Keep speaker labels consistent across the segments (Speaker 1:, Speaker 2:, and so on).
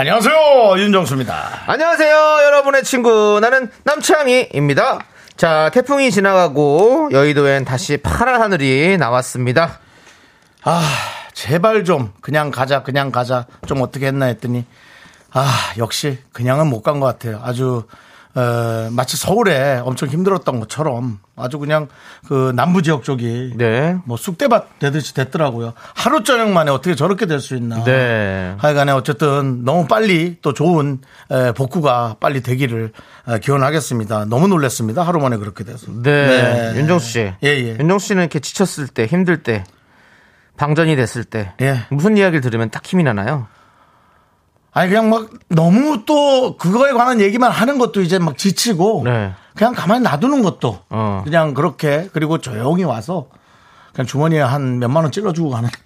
Speaker 1: 안녕하세요 윤정수입니다.
Speaker 2: 안녕하세요, 여러분의 친구. 나는 남창희입니다. 자, 태풍이 지나가고 여의도엔 다시 파란 하늘이 나왔습니다.
Speaker 1: 아, 제발 좀 그냥 가자 그냥 가자 좀 어떻게 했나 했더니 아 역시 그냥은 못 간 것 같아요 아주 어, 마치 서울에 엄청 힘들었던 것처럼 아주 그냥 그 남부 지역 쪽이
Speaker 2: 네.
Speaker 1: 뭐 쑥대밭 되듯이 됐더라고요 하루 저녁 만에 어떻게 저렇게 될 수 있나
Speaker 2: 네.
Speaker 1: 하여간에 어쨌든 너무 빨리 또 좋은 에, 복구가 빨리 되기를 에, 기원하겠습니다 너무 놀랐습니다 하루 만에 그렇게 돼서
Speaker 2: 네. 윤정수 씨.
Speaker 1: 예, 예.
Speaker 2: 윤정수 씨는 이렇게 지쳤을 때, 힘들 때, 방전이 됐을 때,
Speaker 1: 예.
Speaker 2: 무슨 이야기를 들으면 딱 힘이 나나요?
Speaker 1: 아니 그냥 막 너무 또 그거에 관한 얘기만 하는 것도 이제 막 지치고
Speaker 2: 네.
Speaker 1: 그냥 가만히 놔두는 것도
Speaker 2: 어.
Speaker 1: 그냥 그렇게 그리고 조용히 와서 그냥 주머니에 한 몇만 원 찔러주고 가는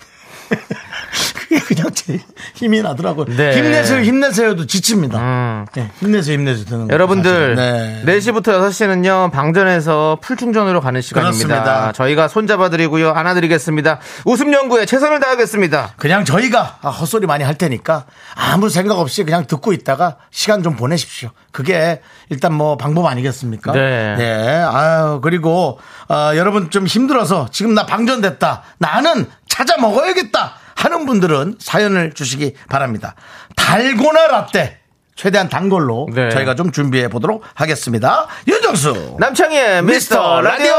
Speaker 1: 그게 그냥 제 힘이 나더라고요.
Speaker 2: 네.
Speaker 1: 힘내세요, 힘내세요도 지칩니다.
Speaker 2: 음.
Speaker 1: 네, 힘내세요, 힘내세요 되는 거예요,
Speaker 2: 여러분들,
Speaker 1: 음, 사실은. 네.
Speaker 2: 4시부터 6시는요, 방전에서 풀충전으로 가는 시간입니다.
Speaker 1: 그렇습니다.
Speaker 2: 저희가 손잡아드리고요, 안아드리겠습니다. 웃음연구에 최선을 다하겠습니다.
Speaker 1: 그냥 저희가 아, 헛소리 많이 할 테니까 아무 생각 없이 그냥 듣고 있다가 시간 좀 보내십시오. 그게 일단 뭐 방법 아니겠습니까?
Speaker 2: 네.
Speaker 1: 아유, 그리고 어, 여러분 좀 힘들어서 지금 나 방전됐다. 나는 찾아 먹어야겠다. 하는 분들은 사연을 주시기 바랍니다. 달고나 라떼. 최대한 단 걸로
Speaker 2: 네.
Speaker 1: 저희가 좀 준비해 보도록 하겠습니다. 윤정수.
Speaker 2: 남창희의 미스터 라디오!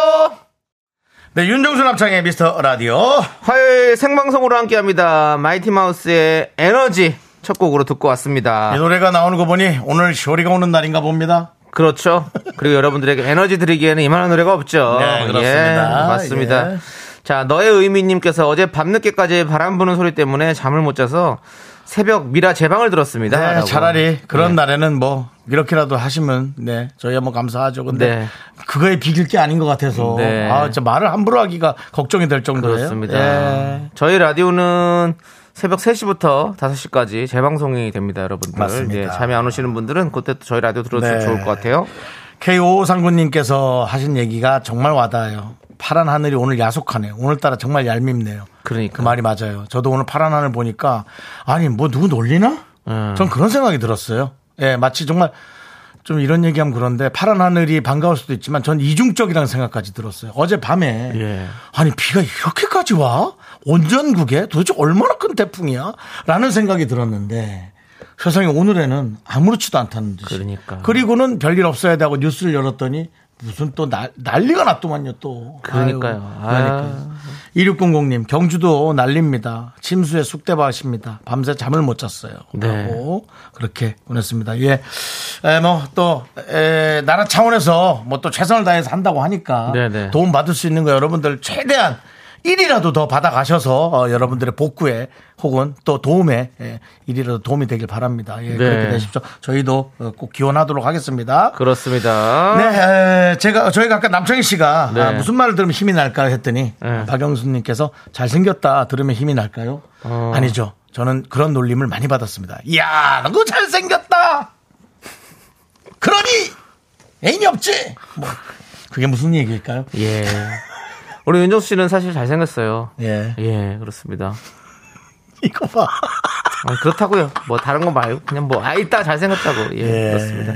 Speaker 1: 네, 윤정수 남창의 미스터 라디오.
Speaker 2: 화요일 생방송으로 함께합니다. 마이티 마우스의 에너지 첫 곡으로 듣고 왔습니다.
Speaker 1: 이 노래가 나오는 거 보니 오늘 쇼리가 오는 날인가 봅니다.
Speaker 2: 그렇죠. 그리고 여러분들에게 에너지 드리기에는 이만한 노래가 없죠.
Speaker 1: 네, 그렇습니다.
Speaker 2: 예, 맞습니다.
Speaker 1: 예.
Speaker 2: 자, 너의 의미님께서 어제 밤늦게까지 바람 부는 소리 때문에 잠을 못 자서 새벽 미라 재방을 들었습니다.
Speaker 1: 네,
Speaker 2: 라고.
Speaker 1: 차라리 그런
Speaker 2: 네.
Speaker 1: 날에는 뭐 이렇게라도 하시면 네 저희야 뭐 감사하죠. 근데
Speaker 2: 네.
Speaker 1: 그거에 비길 게 아닌 것 같아서
Speaker 2: 네.
Speaker 1: 아 진짜 말을 함부로 하기가 걱정이 될 정도예요.
Speaker 2: 그렇습니다.
Speaker 1: 예.
Speaker 2: 저희 라디오는 새벽 3시부터 5시까지 재방송이 됩니다, 여러분들.
Speaker 1: 맞습니다.
Speaker 2: 예, 잠이 안 오시는 분들은 그때 또 저희 라디오 들어주시면
Speaker 1: 네.
Speaker 2: 좋을 것 같아요.
Speaker 1: K5539님께서 하신 얘기가 정말 와닿아요. 파란 하늘이 오늘 야속하네요. 오늘따라 정말 얄밉네요.
Speaker 2: 그러니까.
Speaker 1: 그 말이 맞아요. 저도 오늘 파란 하늘 보니까 아니 뭐 누구 놀리나?
Speaker 2: 음.
Speaker 1: 전 그런 생각이 들었어요. 예, 마치 정말 좀 이런 얘기하면 그런데 파란 하늘이 반가울 수도 있지만 전 이중적이라는 생각까지 들었어요. 어제 밤에
Speaker 2: 예.
Speaker 1: 아니 비가 이렇게까지 와? 온전국에 도대체 얼마나 큰 태풍이야? 라는 생각이 들었는데 세상에 오늘에는 아무렇지도 않다는 듯이
Speaker 2: 그러니까.
Speaker 1: 그리고는 별일 없어야 되고 뉴스를 열었더니 무슨 또 나- 난리가 났더만요 또.
Speaker 2: 그러니까요.
Speaker 1: 아유, 그러니까요. 2600님, 경주도 난립니다. 침수에 쑥대밭입니다. 밤새 잠을 못 잤어요.
Speaker 2: 네.
Speaker 1: 라고 그렇게 보냈습니다. 예. 에, 뭐, 또, 에, 나라 차원에서 뭐 또 최선을 다해서 한다고 하니까
Speaker 2: 네네.
Speaker 1: 도움 받을 수 있는 거 여러분들 최대한 일이라도 더 받아가셔서 어, 여러분들의 복구에 혹은 또 도움에 예, 일이라도 도움이 되길 바랍니다.
Speaker 2: 네.
Speaker 1: 예, 그렇게 되십시오. 저희도 어, 꼭 기원하도록 하겠습니다.
Speaker 2: 그렇습니다.
Speaker 1: 네, 에, 제가 저희가 아까 남창희 씨가
Speaker 2: 네.
Speaker 1: 아, 무슨 말을 들으면 힘이 날까 했더니
Speaker 2: 네.
Speaker 1: 박영수님께서 잘생겼다 들으면 힘이 날까요?
Speaker 2: 어.
Speaker 1: 아니죠. 저는 그런 놀림을 많이 받았습니다. 이야, 너무 잘생겼다. 그러니 애인이 없지. 뭐 그게 무슨 얘기일까요?
Speaker 2: 예. 우리 윤정수 씨는 사실 잘생겼어요.
Speaker 1: 예,
Speaker 2: 예, 그렇습니다.
Speaker 1: 이거 봐.
Speaker 2: 아, 그렇다고요. 뭐 다른 거 말고 그냥 뭐 아, 있다 잘생겼다고. 예,
Speaker 1: 예.
Speaker 2: 그렇습니다.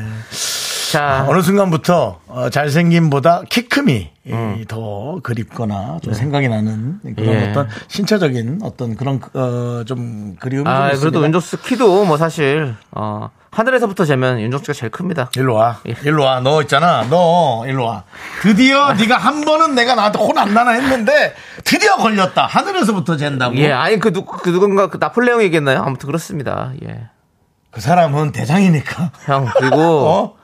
Speaker 2: 자,
Speaker 1: 어느 순간부터 어, 잘생김보다 키 큼이 이, 더 그립거나 좀 생각이 나는 그런
Speaker 2: 음. 네. 예.
Speaker 1: 어떤 신체적인 어떤 그런 어, 좀 그리움이
Speaker 2: 아,
Speaker 1: 좀 있습니다.
Speaker 2: 그래도 윤정수 키도 뭐 사실 어, 하늘에서부터 재면 윤정수가 제일 큽니다.
Speaker 1: 일로 와.
Speaker 2: 예.
Speaker 1: 일로 와. 너 있잖아. 너 일로 와.
Speaker 2: 아.
Speaker 1: 드디어 네가 한 번은 내가 나한테 혼 안 나나 했는데 드디어 걸렸다. 하늘에서부터 잰다고.
Speaker 2: 예, 아니 그, 누, 그 누군가 그 나폴레옹이 얘기했나요? 아무튼 그렇습니다. 예.
Speaker 1: 그 사람은 대장이니까.
Speaker 2: 형 그리고
Speaker 1: 어?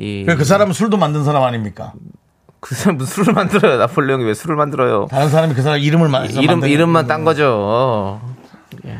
Speaker 2: 이
Speaker 1: 왜 그 사람은 술도 만든 사람 아닙니까?
Speaker 2: 그 사람 무슨 술을 만들어요? 나폴레옹이 왜 술을 만들어요?
Speaker 1: 다른 사람이 그 사람 이름을 만
Speaker 2: 이름 이름만 딴 거죠. 예.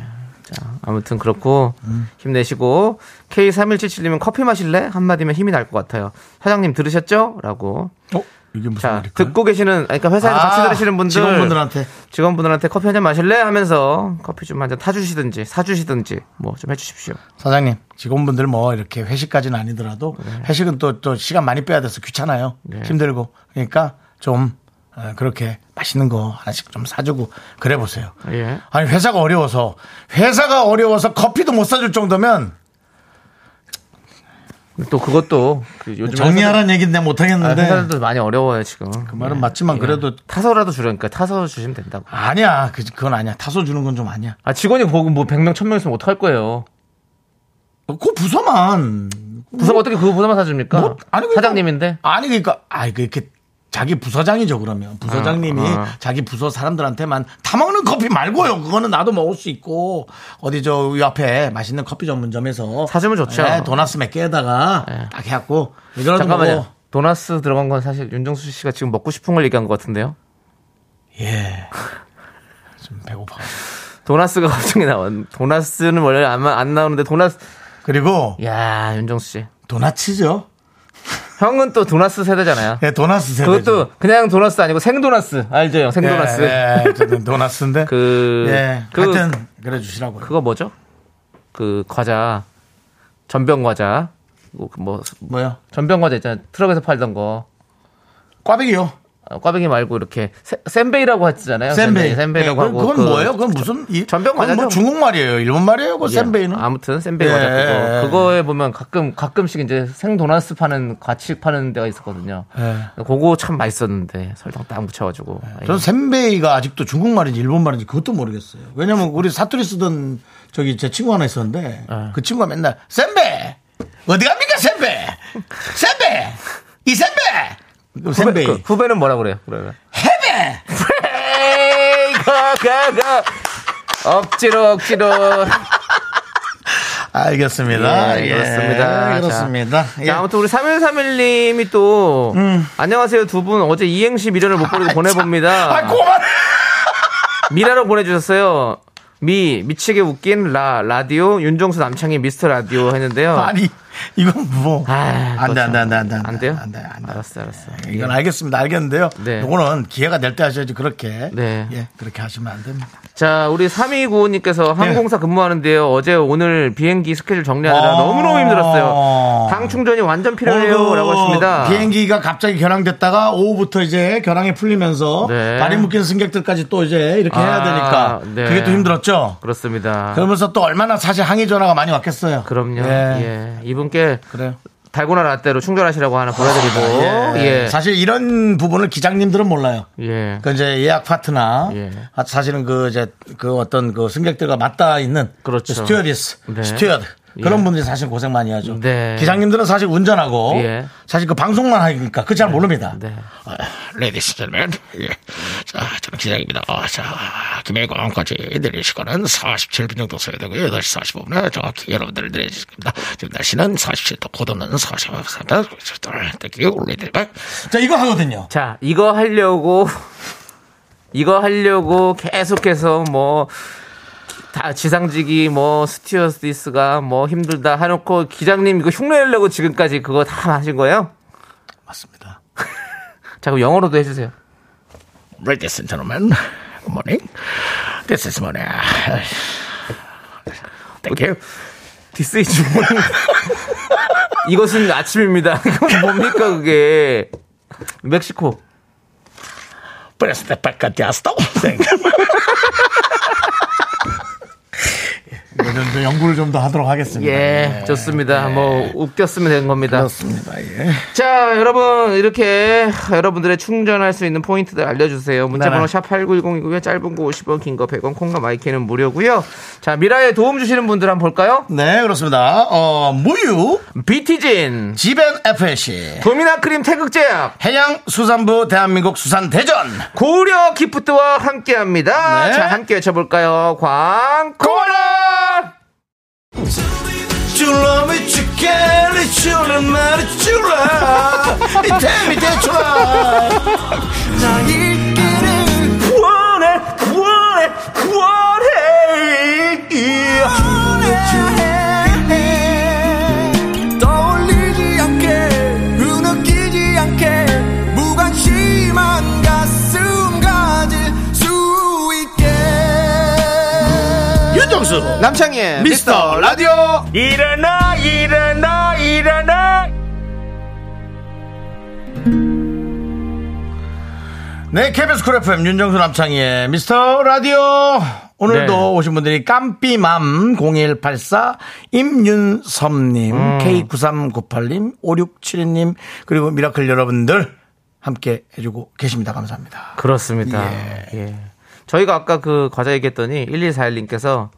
Speaker 2: 자, 아무튼 그렇고
Speaker 1: 음.
Speaker 2: 힘내시고 K3177님은 커피 마실래? 한마디면 힘이 날 것 같아요. 사장님 들으셨죠? 라고.
Speaker 1: 어? 이게 무슨
Speaker 2: 자,
Speaker 1: 일일까요?
Speaker 2: 듣고 계시는 아니, 그러니까 회사에서 같이 들으시는 분들
Speaker 1: 직원분들한테
Speaker 2: 직원분들한테 커피 한 잔 마실래? 하면서 커피 좀 한 잔 타주시든지 사주시든지 뭐 좀 해주십시오.
Speaker 1: 사장님 직원분들 뭐 이렇게 회식까지는 아니더라도
Speaker 2: 네.
Speaker 1: 회식은 또 또 시간 많이 빼야 돼서 귀찮아요 힘들고 그러니까 좀 어, 그렇게 맛있는 거 하나씩 좀 사주고 그래 보세요.
Speaker 2: 예.
Speaker 1: 아니 회사가 어려워서 회사가 어려워서 커피도 못 사줄 정도면
Speaker 2: 또 그것도 그 요즘
Speaker 1: 정리하라는 얘기인데
Speaker 2: 회사들-
Speaker 1: 못하겠는데
Speaker 2: 아, 회사들도 네. 많이 어려워요 지금. 예.
Speaker 1: 그 말은 맞지만 그래도
Speaker 2: 타서라도 주려니까 타서 주시면 된다고.
Speaker 1: 아니야 그- 그건 아니야 타서 주는 건 좀 아니야.
Speaker 2: 아 직원이 보고 뭐 100명 1000명 있으면 어떡할 거예요.
Speaker 1: 그 부서만
Speaker 2: 부서 어떻게 그 부서만 사줍니까?
Speaker 1: 뭐, 아니, 그러니까-
Speaker 2: 사장님인데.
Speaker 1: 아니 그러니까 아이 그 이렇게 자기 부서장이죠 그러면 부서장님이
Speaker 2: 어, 어.
Speaker 1: 자기 부서 사람들한테만 다 먹는 커피 말고요 그거는 나도 먹을 수 있고 어디 저 옆에 맛있는 커피 전문점에서
Speaker 2: 사주면 좋죠.
Speaker 1: 예, 도나스 몇 개에다가
Speaker 2: 예.
Speaker 1: 딱 해갖고 이거라도
Speaker 2: 잠깐만요.
Speaker 1: 먹어
Speaker 2: 도나스 들어간 건 사실 윤정수 씨가 지금 먹고 싶은 걸 얘기한 것 같은데요.
Speaker 1: 예좀 배고파
Speaker 2: 도나스가 갑자기 나온. 도나스는 원래 안, 안 나오는데 도나스.
Speaker 1: 그리고
Speaker 2: 야 윤정수 씨.
Speaker 1: 도나치죠
Speaker 2: 형은 또 도나스 세대잖아요.
Speaker 1: 예 도나스 세대죠
Speaker 2: 그것도 그냥 도나스 아니고 생도나스 알죠? 형?
Speaker 1: 예,
Speaker 2: 생도나스.
Speaker 1: 예, 어쨌든 도나스인데
Speaker 2: 그,
Speaker 1: 예
Speaker 2: 그
Speaker 1: 하여튼 그래 주시라고요
Speaker 2: 그거 뭐죠? 그 과자 전병 과자 뭐, 뭐
Speaker 1: 뭐요
Speaker 2: 전병 과자 있잖아요. 트럭에서 팔던 거.
Speaker 1: 꽈배기요
Speaker 2: 어, 꽈배기 말고 이렇게 세- 센베이라고 하잖아요.
Speaker 1: 센베이.
Speaker 2: 센베이라고
Speaker 1: 예,
Speaker 2: 하고
Speaker 1: 그건
Speaker 2: 그-
Speaker 1: 뭐예요? 그건 무슨 이-
Speaker 2: 전병
Speaker 1: 그건 뭐
Speaker 2: 과자죠?
Speaker 1: 중국 말이에요. 일본 말이에요. 그
Speaker 2: 예,
Speaker 1: 센베이는.
Speaker 2: 아무튼 센베이
Speaker 1: 예,
Speaker 2: 과자 그거.
Speaker 1: 예, 예.
Speaker 2: 그거에 보면 가끔 가끔씩 이제 생도나스 파는 과치 파는 데가 있었거든요.
Speaker 1: 예.
Speaker 2: 그거 참 맛있었는데 설탕 딱 묻혀가지고. 아,
Speaker 1: 저는 센베이가 아직도 중국 말인지 일본 말인지 그것도 모르겠어요. 왜냐면 우리 사투리 쓰던 저기 제 친구 하나 있었는데
Speaker 2: 예.
Speaker 1: 그 친구가 맨날 센베 어디 갑니까 센베 센베 이 센베 그럼
Speaker 2: 후배,
Speaker 1: 센베이
Speaker 2: 그 후배는 뭐라 그래요? 그러면.
Speaker 1: 헤베
Speaker 2: 에이, 가, 가, 가. 억지로, 억지로.
Speaker 1: 알겠습니다. 예,
Speaker 2: 그렇습니다. 자,
Speaker 1: 그렇습니다.
Speaker 2: 자,
Speaker 1: 예. 음.
Speaker 2: 아무튼 우리 3131님이 또, 안녕하세요 두 분. 어제 이행시 미련을 못 버리고 보내봅니다.
Speaker 1: 아, 고만.
Speaker 2: 미라로 보내주셨어요. 미, 미치게 웃긴 라, 라디오, 윤정수 남창희 미스터 라디오 했는데요. 그렇죠.
Speaker 1: 아니 이건 뭐
Speaker 2: 아,
Speaker 1: 안돼 안돼 안돼 안돼
Speaker 2: 안 돼요?
Speaker 1: 안돼 안돼
Speaker 2: 알았어, 알았어.
Speaker 1: 예, 이건 알겠습니다. 알겠는데요.
Speaker 2: 네.
Speaker 1: 요거는 기회가 될 때 하셔야지 그렇게
Speaker 2: 네.
Speaker 1: 예 그렇게 하시면 안 됩니다.
Speaker 2: 자, 우리
Speaker 1: 네.
Speaker 2: 3295님께서 항공사 근무하는데요. 어제 오늘 비행기 스케줄 정리하느라
Speaker 1: 아.
Speaker 2: 너무너무 힘들었어요. 당 충전이 완전 필요해요.
Speaker 1: 오늘
Speaker 2: 라고 했습니다.
Speaker 1: 비행기가 갑자기 결항됐다가 오후부터 이제 결항이 풀리면서
Speaker 2: 네.
Speaker 1: 다리 묶인 승객들까지 또 이제 이렇게 해야
Speaker 2: 아,
Speaker 1: 되니까
Speaker 2: 네.
Speaker 1: 그게 또 힘들었죠.
Speaker 2: 그렇습니다.
Speaker 1: 그러면서 또 얼마나 사실 항의 전화가 많이 왔겠어요.
Speaker 2: 그럼요.
Speaker 1: 예.
Speaker 2: 예. 이분께
Speaker 1: 그래요. 아,
Speaker 2: 달고나 라떼로 충전하시라고 하나 보내드리고. 예. 예.
Speaker 1: 사실 이런 부분을 기장님들은 몰라요. 그 이제 예약 파트나
Speaker 2: 예.
Speaker 1: 아, 사실은 그 이제 그 어떤 그 승객들과 맞닿아 있는
Speaker 2: 그렇죠.
Speaker 1: 스튜어디스,
Speaker 2: 네.
Speaker 1: 스튜어드 그런
Speaker 2: 예.
Speaker 1: 분들이 사실 고생 많이 하죠.
Speaker 2: 네.
Speaker 1: 기장님들은 사실 운전하고
Speaker 2: 예.
Speaker 1: 사실 그 방송만 하니까 그 잘 모릅니다.
Speaker 2: 네.
Speaker 3: 레디스 젤맨 예. 자, 저는 기장입니다. 어, 자, 김해공항까지 내리실 거는 47분 정도 써야 되고요. 8시 45분에 정확히 여러분들을 내리실 겁니다. 지금 날씨는 47도, 고도는 45도입니다. 땡큐, 올리드백.
Speaker 1: 자 이거 하거든요.
Speaker 2: 자, 이거 하려고, 이거 하려고 계속해서 뭐, 다 지상직이 뭐, 스튜어디스가 뭐 힘들다 해놓고 기장님 이거 흉내내려고 지금까지 그거 다 하신 거예요?
Speaker 1: 맞습니다.
Speaker 2: 자, 그럼 영어로도 해주세요.
Speaker 3: 레디스 젤맨, 굿모닝. This is morning. 땡큐.
Speaker 2: This is morning. 이것은 아침입니다. 이건 뭡니까, 그게. 멕시코.
Speaker 3: Preste p a c a t e a s t o 땡큐.
Speaker 1: 이건 좀 연구를 좀 더 하도록 하겠습니다.
Speaker 2: 예, 좋습니다. 뭐, 웃겼으면 된 겁니다.
Speaker 1: 네. 그렇습니다. 예.
Speaker 2: 자, 여러분, 이렇게 여러분들의 충전할 수 있는 포인트들 알려주세이요. 문자번호
Speaker 1: 네네.
Speaker 2: 샵8910이고요. 짧은 거 50원, 긴 거 100원, 콩과 마이크는 무료고요 자, 미라에 도움 주시는 분들 한번 볼까요?
Speaker 1: 네 그렇습니다. 어 무유
Speaker 2: 비티진,
Speaker 1: 지벤 FAC
Speaker 2: 도미나 크림 태극제약,
Speaker 1: 해양 수산부 대한민국 수산 대전
Speaker 2: 고려 기프트와 함께 합니다.
Speaker 1: 네.
Speaker 2: 자, 함께 외쳐볼까요? 광고라!
Speaker 1: 줄라 미치게 리줄라 마리줄라 이태미 대출라 나일기를 구원해 구원해 구원해 윤정수
Speaker 4: 남창희의
Speaker 1: 미스터 라디오
Speaker 2: 일어나 일어나 일어나
Speaker 1: 네, KBS 쿨 FM 윤정수 남창희의 미스터 라디오. 오늘도
Speaker 2: 네.
Speaker 1: 오신 분들이 깜삐맘 0184 임윤섭님,
Speaker 2: 음.
Speaker 1: K9398님, 5672님, 그리고 미라클 여러분들 함께 해주고 계십니다. 감사합니다.
Speaker 2: 그렇습니다. 예. 저희가 아까 그 과자 얘기했더니 1141님께서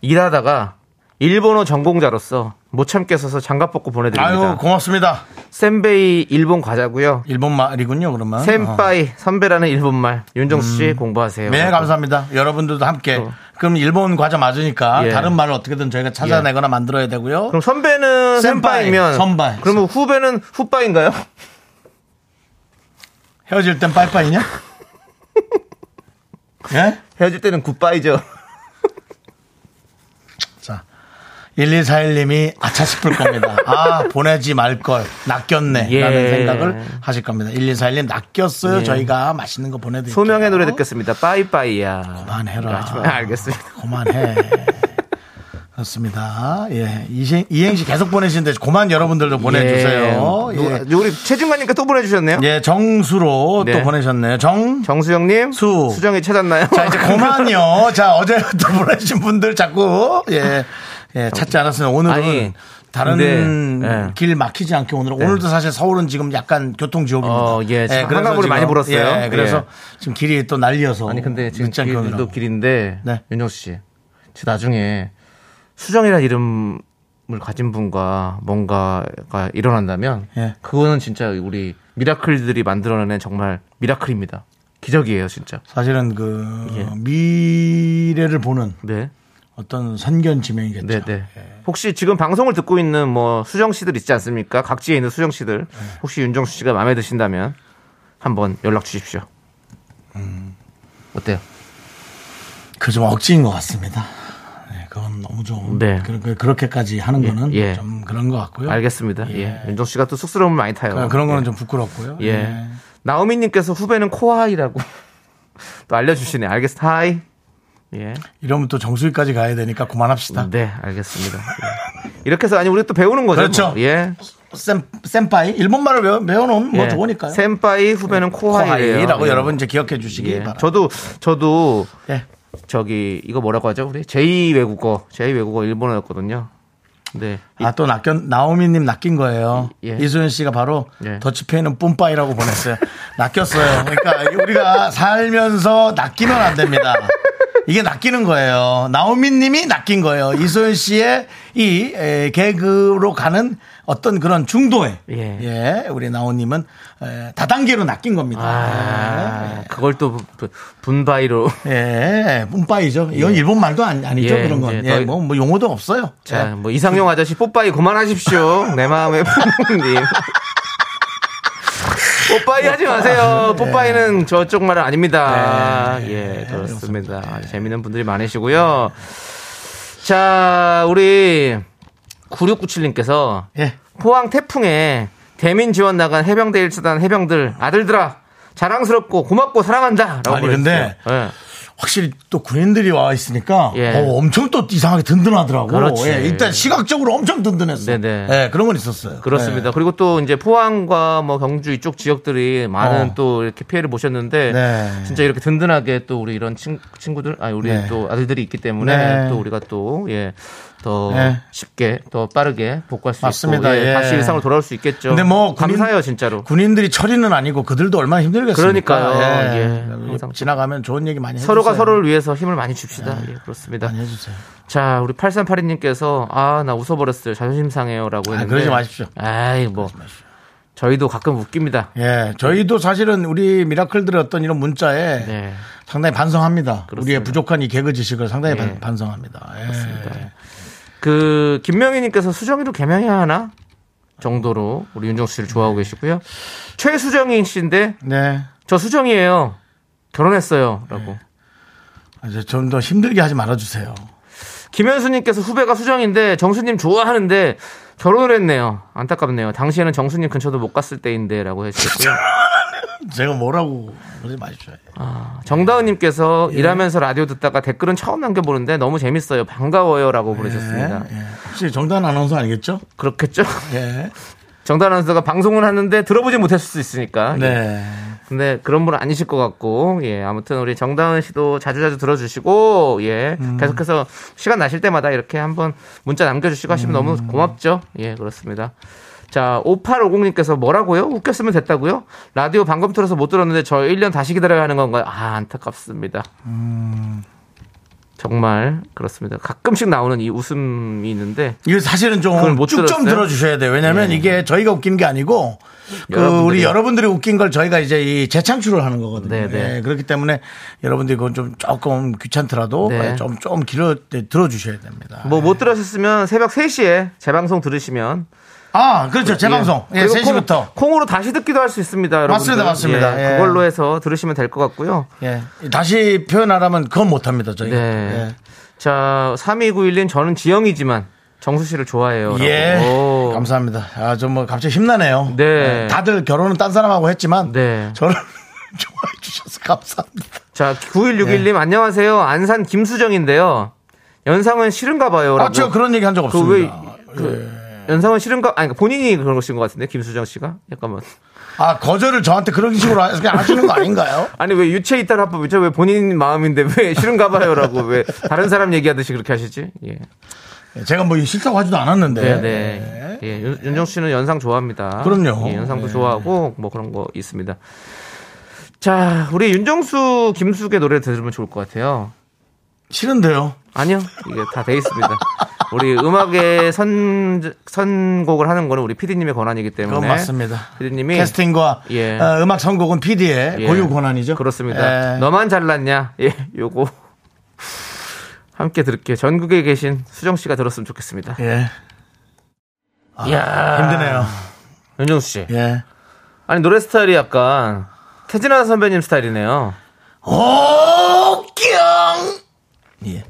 Speaker 2: 일하다가 일본어 전공자로서 못 참겠어서 장갑 벗고 보내드립니다.
Speaker 1: 아유, 고맙습니다.
Speaker 2: 센베이 일본 과자고요.
Speaker 1: 일본 말이군요, 그러면. 어.
Speaker 2: 센파이 선배라는 일본 말 윤정수 씨 공부하세요.
Speaker 1: 네, 감사합니다. 여러분들도 함께.
Speaker 2: 또.
Speaker 1: 그럼 일본 과자 맞으니까
Speaker 2: 어. 예.
Speaker 1: 다른 말을 어떻게든 저희가 찾아내거나 만들어야 되고요.
Speaker 2: 그럼 선배는
Speaker 1: 센파이,
Speaker 2: 센파이면
Speaker 1: 선바이.
Speaker 2: 그러면 후배는 후빠인가요?
Speaker 1: 헤어질 땐 빠이빠이냐? 예?
Speaker 2: 헤어질 때는 굿바이죠.
Speaker 1: 자. 1141님이 아차 싶을 겁니다. 아, 보내지 말걸. 낚였네.
Speaker 2: 예.
Speaker 1: 라는 생각을 하실 겁니다. 1141님, 낚였어요. 저희가 맛있는 거 보내드릴게요.
Speaker 2: 소명의 노래 듣겠습니다. 빠이빠이야.
Speaker 1: 그만해라.
Speaker 2: 하지 마. 알겠습니다.
Speaker 1: 그만해. 그렇습니다. 예. 이행- 이행시 계속 보내시는데, 그만 여러분들도 보내주세요.
Speaker 2: 예.
Speaker 1: 예.
Speaker 2: 누가- 우리 최진관님께 또 보내주셨네요.
Speaker 1: 예, 정수로
Speaker 2: 네.
Speaker 1: 또 보내셨네요. 정.
Speaker 2: 정수영님,
Speaker 1: 수.
Speaker 2: 수정이 찾았나요?
Speaker 1: 자, 이제 그만요. 자, 어제부터 보내신 분들 자꾸, 예, 예, 찾지 않았으면 오늘은
Speaker 2: 아니,
Speaker 1: 다른
Speaker 2: 근데, 예.
Speaker 1: 길 막히지 않게 오늘은, 오늘도 사실 서울은 지금 약간 교통지옥입니다.
Speaker 2: 어, 예, 지금 한강물이 많이 불었어요.
Speaker 1: 예, 그래서
Speaker 2: 예.
Speaker 1: 지금 길이 또 난리여서.
Speaker 2: 아니 근데 지금
Speaker 1: 어, 늦지 않게
Speaker 2: 길도
Speaker 1: 오느라고.
Speaker 2: 길인데
Speaker 1: 네.
Speaker 2: 윤정수 씨, 저 나중에 수정이라는 이름을 가진 분과 뭔가가 일어난다면
Speaker 1: 예.
Speaker 2: 그거는 진짜 우리 미라클들이 만들어낸 정말 미라클입니다. 기적이에요, 진짜.
Speaker 1: 사실은 그,
Speaker 2: 예.
Speaker 1: 미래를 보는
Speaker 2: 네,
Speaker 1: 어떤 선견지명이겠죠.
Speaker 2: 네, 네.
Speaker 1: 예.
Speaker 2: 혹시 지금 방송을 듣고 있는 뭐 수정 씨들 있지 않습니까? 각지에 있는 수정 씨들
Speaker 1: 예.
Speaker 2: 혹시 윤정수 씨가 마음에 드신다면 한번 연락 주십시오.
Speaker 1: 음.
Speaker 2: 어때요?
Speaker 1: 그 좀 억지인 것 같습니다. 네, 그건 너무 좀.
Speaker 2: 네.
Speaker 1: 그렇게, 그렇게까지 하는 거는
Speaker 2: 예.
Speaker 1: 좀 그런 것 같고요. 그러니까
Speaker 2: 알겠습니다. 예. 윤정수 씨가 또 쑥스러움을 많이 타요.
Speaker 1: 그런 그런 거는 좀 부끄럽고요.
Speaker 2: 예. 나오미님께서 후배는 코하이라고 또 알려주시네. 알겠어. 하이. 예.
Speaker 1: 이러면 또 정수위까지 가야 되니까 그만합시다.
Speaker 2: 네, 알겠습니다. 예. 이렇게 해서 아니 우리 또 배우는 거죠.
Speaker 1: 그렇죠.
Speaker 2: 뭐. 예.
Speaker 1: 센, 센파이 일본말을 외워, 외워놓으면 뭐
Speaker 2: 예.
Speaker 1: 좋으니까요. 네.
Speaker 2: 센파이 후배는 코하이래요.
Speaker 1: 코하이라고
Speaker 2: 예.
Speaker 1: 여러분 이제 기억해 주시기
Speaker 2: 예.
Speaker 1: 바랍니다.
Speaker 2: 저도 저도
Speaker 1: 예.
Speaker 2: 저기 이거 뭐라고 하죠? 우리 제2 외국어. 제2 외국어 일본어였거든요. 네. 이-
Speaker 1: 아, 또 낚여, 나오미님 낚인 거예요.
Speaker 2: 예.
Speaker 1: 이소연 씨가 바로
Speaker 2: 예.
Speaker 1: 더치페이는 뿜빠이라고 보냈어요. 낚였어요. 그러니까 이게 우리가 살면서 낚이면 안 됩니다. 이게 낚이는 거예요. 나오미님이 낚인 거예요. 이소연 씨의 이 에, 개그로 가는 어떤 그런 중도에 예.
Speaker 2: 예.
Speaker 1: 우리 나오님은 에, 다단계로 낚인 겁니다. 네.
Speaker 2: 아, 그걸 또 부- 분바이로
Speaker 1: 예, 뿜빠이죠. 이건 일본 말도 아니, 아니죠.
Speaker 2: 예,
Speaker 1: 그런 건.
Speaker 2: 이제
Speaker 1: 예,
Speaker 2: 더-
Speaker 1: 뭐, 뭐 용어도 없어요. 예.
Speaker 2: 자, 뭐 이상용 아저씨 뽀빠이 그만하십시오. 내 마음의 부모님. 뽀빠이 하지 마세요. 뽀빠이는 저쪽 말은 아닙니다. 예, 네. 그렇습니다. 재밌는 분들이 많으시고요. 자, 우리 9697님께서
Speaker 1: 예.
Speaker 2: 포항 태풍에 대민 지원 나간 해병대 일사단 해병들 아들들아 자랑스럽고 고맙고 사랑한다라고
Speaker 1: 아니, 근데
Speaker 2: 보내주세요. 예.
Speaker 1: 확실히 또 군인들이 와 있으니까
Speaker 2: 예.
Speaker 1: 어, 엄청 또 이상하게 든든하더라고.
Speaker 2: 그렇지.
Speaker 1: 예, 일단 시각적으로 엄청 든든했어.
Speaker 2: 네네.
Speaker 1: 예, 그런 건 있었어요.
Speaker 2: 그렇습니다. 그리고 또 이제 포항과 뭐 경주 이쪽 지역들이 많은
Speaker 1: 어.
Speaker 2: 또 이렇게 피해를 보셨는데
Speaker 1: 네.
Speaker 2: 진짜 이렇게 든든하게 또 우리 이런 친, 친구들 아니 우리
Speaker 1: 네.
Speaker 2: 또 아들들이 있기 때문에
Speaker 1: 네.
Speaker 2: 또 우리가 또예더
Speaker 1: 네.
Speaker 2: 쉽게 더 빠르게 복구할 수
Speaker 1: 맞습니다.
Speaker 2: 있고
Speaker 1: 예.
Speaker 2: 다시 일상으로 돌아올 수 있겠죠.
Speaker 1: 근데 뭐 군인-
Speaker 2: 감사해요 진짜로.
Speaker 1: 군인들이 철이는 아니고 그들도 얼마나 힘들겠습니까.
Speaker 2: 그러니까요. 예. 항상
Speaker 1: 지나가면 좋은 얘기 많이 해주세요. 네.
Speaker 2: 서로가 서로를 위해서 힘을 많이 줍시다. 예, 그렇습니다.
Speaker 1: 많이 해주세요.
Speaker 2: 자, 우리 8382님께서 아 나 웃어버렸어요. 자존심 상해요라고
Speaker 1: 아,
Speaker 2: 했는데
Speaker 1: 그러지 마십시오.
Speaker 2: 아이 뭐 저희도 가끔 웃깁니다.
Speaker 1: 예, 저희도 사실은 우리 미라클들의 어떤 이런 문자에
Speaker 2: 네.
Speaker 1: 상당히 반성합니다.
Speaker 2: 그렇습니다.
Speaker 1: 우리의 부족한 이 개그 지식을 상당히 반-
Speaker 2: 예.
Speaker 1: 반성합니다. 예.
Speaker 2: 그 김명희님께서 수정이도 개명해야 하나 정도로 우리 윤정수 씨를 좋아하고 계시고요. 최수정이 씨인데
Speaker 1: 네.
Speaker 2: 저 수정이에요. 결혼했어요.라고
Speaker 1: 좀 더 힘들게 하지 말아주세요.
Speaker 2: 김현수님께서 후배가 수정인데 정수님 좋아하는데 결혼을 했네요. 안타깝네요. 당시에는 정수님 근처도 못 갔을 때인데라고 해주셨고요.
Speaker 1: 제가 뭐라고 그러지 마십시오.
Speaker 2: 정다은님께서 일하면서 라디오 듣다가 댓글은 처음 남겨보는데 너무 재밌어요. 반가워요라고 보내셨습니다.
Speaker 1: 예, 예. 혹시 정단 아나운서 아니겠죠?
Speaker 2: 그렇겠죠?
Speaker 1: 예.
Speaker 2: 정다은 아나운서가 방송을 하는데 들어보지 못했을 수 있으니까. 예.
Speaker 1: 네.
Speaker 2: 근데 그런 분 아니실 것 같고, 예. 아무튼 우리 정다은 씨도 자주자주 들어주시고, 예. 계속해서 시간 나실 때마다 이렇게 한번 문자 남겨주시고 하시면 너무 고맙죠. 예, 그렇습니다. 자, 5850님께서 뭐라고요? 웃겼으면 됐다고요? 라디오 방금 틀어서 못 들었는데 저 1년 다시 기다려야 하는 건가요? 아, 안타깝습니다. 정말 그렇습니다. 가끔씩 나오는 이 웃음이 있는데
Speaker 1: 이거 사실은
Speaker 2: 그걸 못
Speaker 1: 좀 쭉 좀
Speaker 2: 들었어요? 예.
Speaker 1: 들어주셔야 돼요. 왜냐면 이게 저희가 웃긴 게 아니고 그 우리
Speaker 2: 여러분들이-
Speaker 1: 여러분들이 웃긴 걸 저희가 이제 이 재창출을 하는 거거든요.
Speaker 2: 네, 네.
Speaker 1: 예, 그렇기 때문에 여러분들이 그건 좀 조금 귀찮더라도
Speaker 2: 네.
Speaker 1: 예, 좀, 좀 길어 네, 들어주셔야 됩니다.
Speaker 2: 뭐 못 들으셨으면 새벽 3시에 재방송 들으시면
Speaker 1: 아, 그렇죠. 재방송. 예,
Speaker 2: 그리고
Speaker 1: 3시부터.
Speaker 2: 콩, 으로 다시 듣기도 할 수 있습니다. 여러분들.
Speaker 1: 맞습니다, 맞습니다. 예.
Speaker 2: 그걸로 해서 들으시면 될 것 같고요.
Speaker 1: 예. 다시 표현하라면 그건 못합니다, 저희가. 예.
Speaker 2: 네. 자, 32911님 저는 지영이지만 정수 씨를 좋아해요.
Speaker 1: 예. 예.
Speaker 2: 라고. 오.
Speaker 1: 감사합니다. 아, 좀 뭐 갑자기 힘나네요.
Speaker 2: 네.
Speaker 1: 예, 다들 결혼은 딴 사람하고 했지만
Speaker 2: 네.
Speaker 1: 저를 좋아해 주셔서 감사합니다.
Speaker 2: 자,
Speaker 1: 예.
Speaker 2: 9161님 안녕하세요. 안산 김수정인데요. 연상은 싫은가 봐요.
Speaker 1: 아, 제가 그런 얘기 한 적
Speaker 2: 그 왜-
Speaker 1: 없습니다. 예.
Speaker 2: 연상은 싫은가? 아니, 그러니까 본인이 그런 것인 것 같은데, 김수정 씨가? 잠깐만.
Speaker 1: 아, 거절을 저한테 그런 식으로 하- 그냥 하시는 거 아닌가요?
Speaker 2: 아니, 왜 유체 이탈 합법이죠? 왜 본인 마음인데 왜 싫은가 봐요? 라고 왜 다른 사람 얘기하듯이 그렇게 하시지? 예.
Speaker 1: 예, 제가 뭐 싫다고 하지도 않았는데.
Speaker 2: 네, 네. 예, 윤- 윤정 씨는 연상 좋아합니다.
Speaker 1: 그럼요.
Speaker 2: 예, 연상도
Speaker 1: 네.
Speaker 2: 좋아하고 뭐 그런 거 있습니다. 자, 우리 윤정수, 김숙의 노래 들으면 좋을 것 같아요.
Speaker 1: 싫은데요.
Speaker 2: 아니요, 이게 다 돼 있습니다. 우리 음악의 선 선곡을 하는 거는 우리 PD님의 권한이기 때문에.
Speaker 1: 그건 맞습니다.
Speaker 2: PD님이
Speaker 1: 캐스팅과
Speaker 2: 예.
Speaker 1: 어, 음악 선곡은 PD의 고유 권한이죠.
Speaker 2: 그렇습니다.
Speaker 1: 예.
Speaker 2: 너만 잘났냐? 예, 요거 함께 들을게요. 전국에 계신 수정 씨가 들었으면 좋겠습니다.
Speaker 1: 예.
Speaker 2: 이야,
Speaker 1: 아, 힘드네요.
Speaker 2: 아. 윤정수 씨.
Speaker 1: 예.
Speaker 2: 아니 노래 스타일이 약간 태진아 선배님 스타일이네요.
Speaker 1: 오경. 예.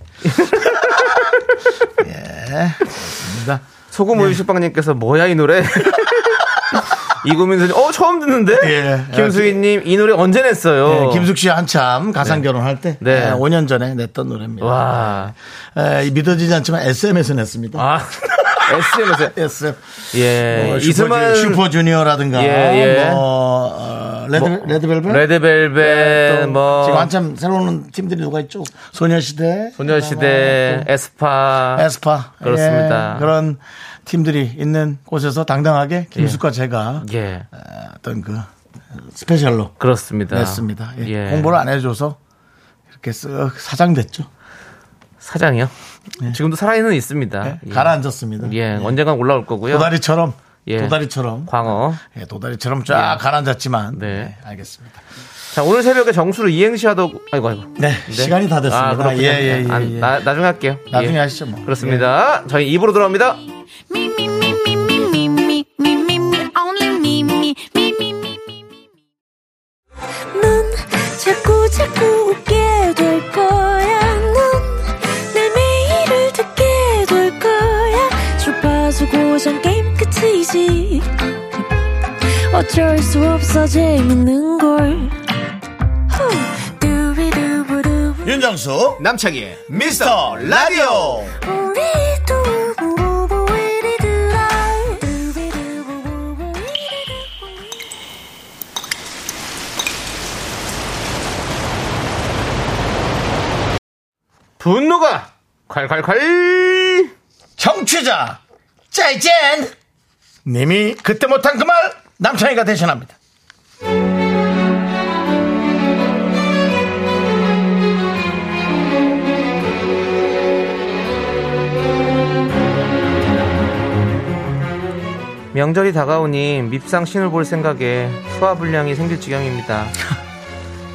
Speaker 2: 소금
Speaker 1: 네.
Speaker 2: 우유 식빵님께서 뭐야 이 노래? 이구민 선님 어 처음 듣는데?
Speaker 1: 예.
Speaker 2: 김수희님 이 노래 언제 냈어요?
Speaker 1: 예, 김숙 씨 한참 가상 결혼할 때
Speaker 2: 네.
Speaker 1: 예, 5년 전에 냈던 노래입니다.
Speaker 2: 와,
Speaker 1: 예, 믿어지지 않지만 SM에서 냈습니다.
Speaker 2: 아 SM에서
Speaker 1: SM.
Speaker 2: 예
Speaker 1: 뭐
Speaker 2: 이수만
Speaker 1: 슈퍼, 주니어라든가
Speaker 2: 예, 예.
Speaker 1: 뭐 어, 레드 레드벨벳 네,
Speaker 2: 레드벨벳 뭐
Speaker 1: 지금 한참 새로 오는 팀들이 누가 있죠? 소녀시대,
Speaker 2: 소녀시대 에스파
Speaker 1: 네. 에스파
Speaker 2: 그렇습니다.
Speaker 1: 예, 그런 팀들이 있는 곳에서 당당하게 김숙과 제가
Speaker 2: 예
Speaker 1: 어떤 그 스페셜로
Speaker 2: 그렇습니다.
Speaker 1: 냈습니다. 예. 홍보를 안 해줘서 이렇게 쓱 사장됐죠.
Speaker 2: 사장이요. 지금도 살아있는 있습니다.
Speaker 1: 예,
Speaker 2: 예.
Speaker 1: 가라앉았습니다.
Speaker 2: 예, 언젠간 올라올 거고요.
Speaker 1: 도다리처럼
Speaker 2: 예.
Speaker 1: 도다리처럼
Speaker 2: 광어.
Speaker 1: 예, 도다리처럼 쫙 가라앉았지만
Speaker 2: 네.
Speaker 1: 예, 알겠습니다.
Speaker 2: 자 오늘 새벽에 정수로 이행시 하도록 아이고 아이고
Speaker 1: 네, 시간이 다 됐습니다.
Speaker 2: 아, 그렇군요.
Speaker 1: 예, 예, 예,
Speaker 2: 안-
Speaker 1: 예.
Speaker 2: 나, 나중에 할게요
Speaker 1: 나중에
Speaker 2: 예.
Speaker 1: 하시죠 뭐.
Speaker 2: 그렇습니다 저희 입으로 돌아옵니다
Speaker 4: Me, me, me, me, me, me, me, me, me, me, only me, me, me, me, me, me, me. 넌 자꾸, 자꾸 웃게 될 거야. 넌내 매일을 듣게 될 거야. 주파수 고정 게임 끝이지. 어쩔 수 없어, 재밌는 걸. 후. 두비두부두.
Speaker 1: 윤정수 남창희 미스터 라디오
Speaker 4: 우리 두부부부 우리들아. 두비두부부부 우리들아.
Speaker 2: 분노가 콸콸콸
Speaker 1: 정취자 짜이젠 님이 그때 못한 그 말 남창희가 대신합니다.
Speaker 2: 명절이 다가오니 밉상 신을 볼 생각에 소화불량이 생길 지경입니다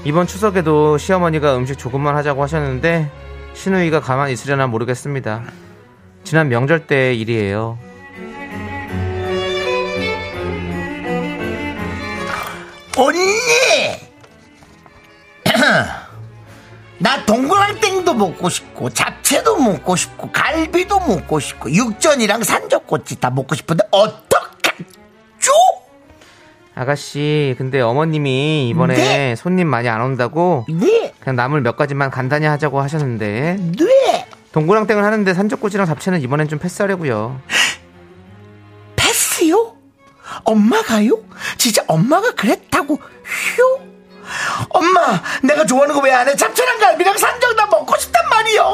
Speaker 2: 이번 추석에도 시어머니가 음식 조금만 하자고 하셨는데 신우이가 가만히 있으려나 모르겠습니다 지난 명절 때 일이에요
Speaker 1: 언니! 나 동그랑땡도 먹고 싶고 잡채도 먹고 싶고 갈비도 먹고 싶고 육전이랑 산적꼬치 다 먹고 싶은데 어떡하죠?
Speaker 2: 아가씨, 근데 어머님이 이번에
Speaker 5: 네.
Speaker 2: 손님 많이 안 온다고
Speaker 5: 네,
Speaker 2: 그냥 나물 몇 가지만 간단히 하자고 하셨는데
Speaker 5: 네.
Speaker 2: 동그랑땡을 하는데 산적꼬치랑 잡채는 이번엔 좀 패스하려고요.
Speaker 5: 패스요? 엄마가요? 진짜 엄마가 그랬다고 휴? 엄마, 내가 좋아하는 거 왜 안 해? 잡채랑 갈비랑 산정 다 먹고 싶단 말이요.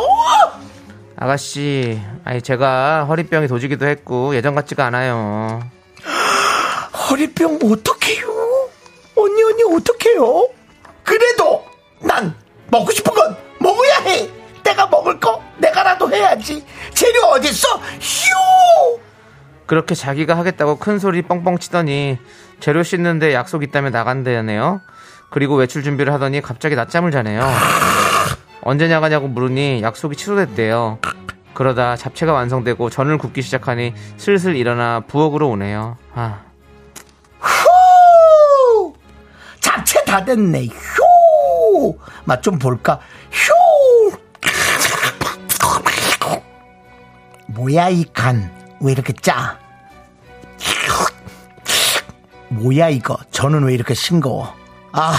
Speaker 2: 아가씨, 아니 제가 허리병이 도지기도 했고 예전 같지가 않아요.
Speaker 5: 허리병 어떡해요? 언니 언니 어떡해요? 그래도 난 먹고 싶은 건 먹어야 해. 내가 먹을 거 내가라도 해야지. 재료 어딨어? 휴!
Speaker 2: 그렇게 자기가 하겠다고 큰 소리 뻥뻥 치더니 재료 씻는데 약속 있다며 나간다네요. 그리고 외출 준비를 하더니 갑자기 낮잠을 자네요. 언제 나가냐고 물으니 약속이 취소됐대요. 그러다 잡채가 완성되고 전을 굽기 시작하니 슬슬 일어나 부엌으로 오네요. 아,
Speaker 5: 휴! 잡채 다 됐네. 휴! 맛 좀 볼까? 휴! 뭐야 이 간? 왜 이렇게 짜? 뭐야 이거? 저는 왜 이렇게 싱거워? 아,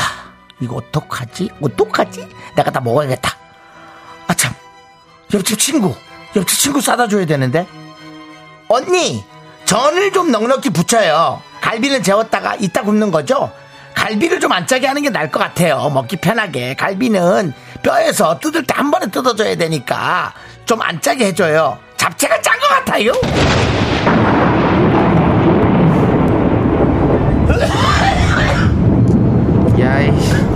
Speaker 5: 이거 어떡하지? 어떡하지? 내가 다 먹어야겠다. 아 참. 옆집 친구. 옆집 친구 싸다 줘야 되는데. 언니 전을 좀 넉넉히 부쳐요 갈비는 재웠다가 이따 굽는 거죠 갈비를 좀 안 짜게 하는 게 나을 것 같아요 먹기 편하게 갈비는 뼈에서 뜯을 때 한 번에 뜯어줘야 되니까 좀 안 짜게 해줘요 잡채가 짠 것 같아요
Speaker 2: 야이,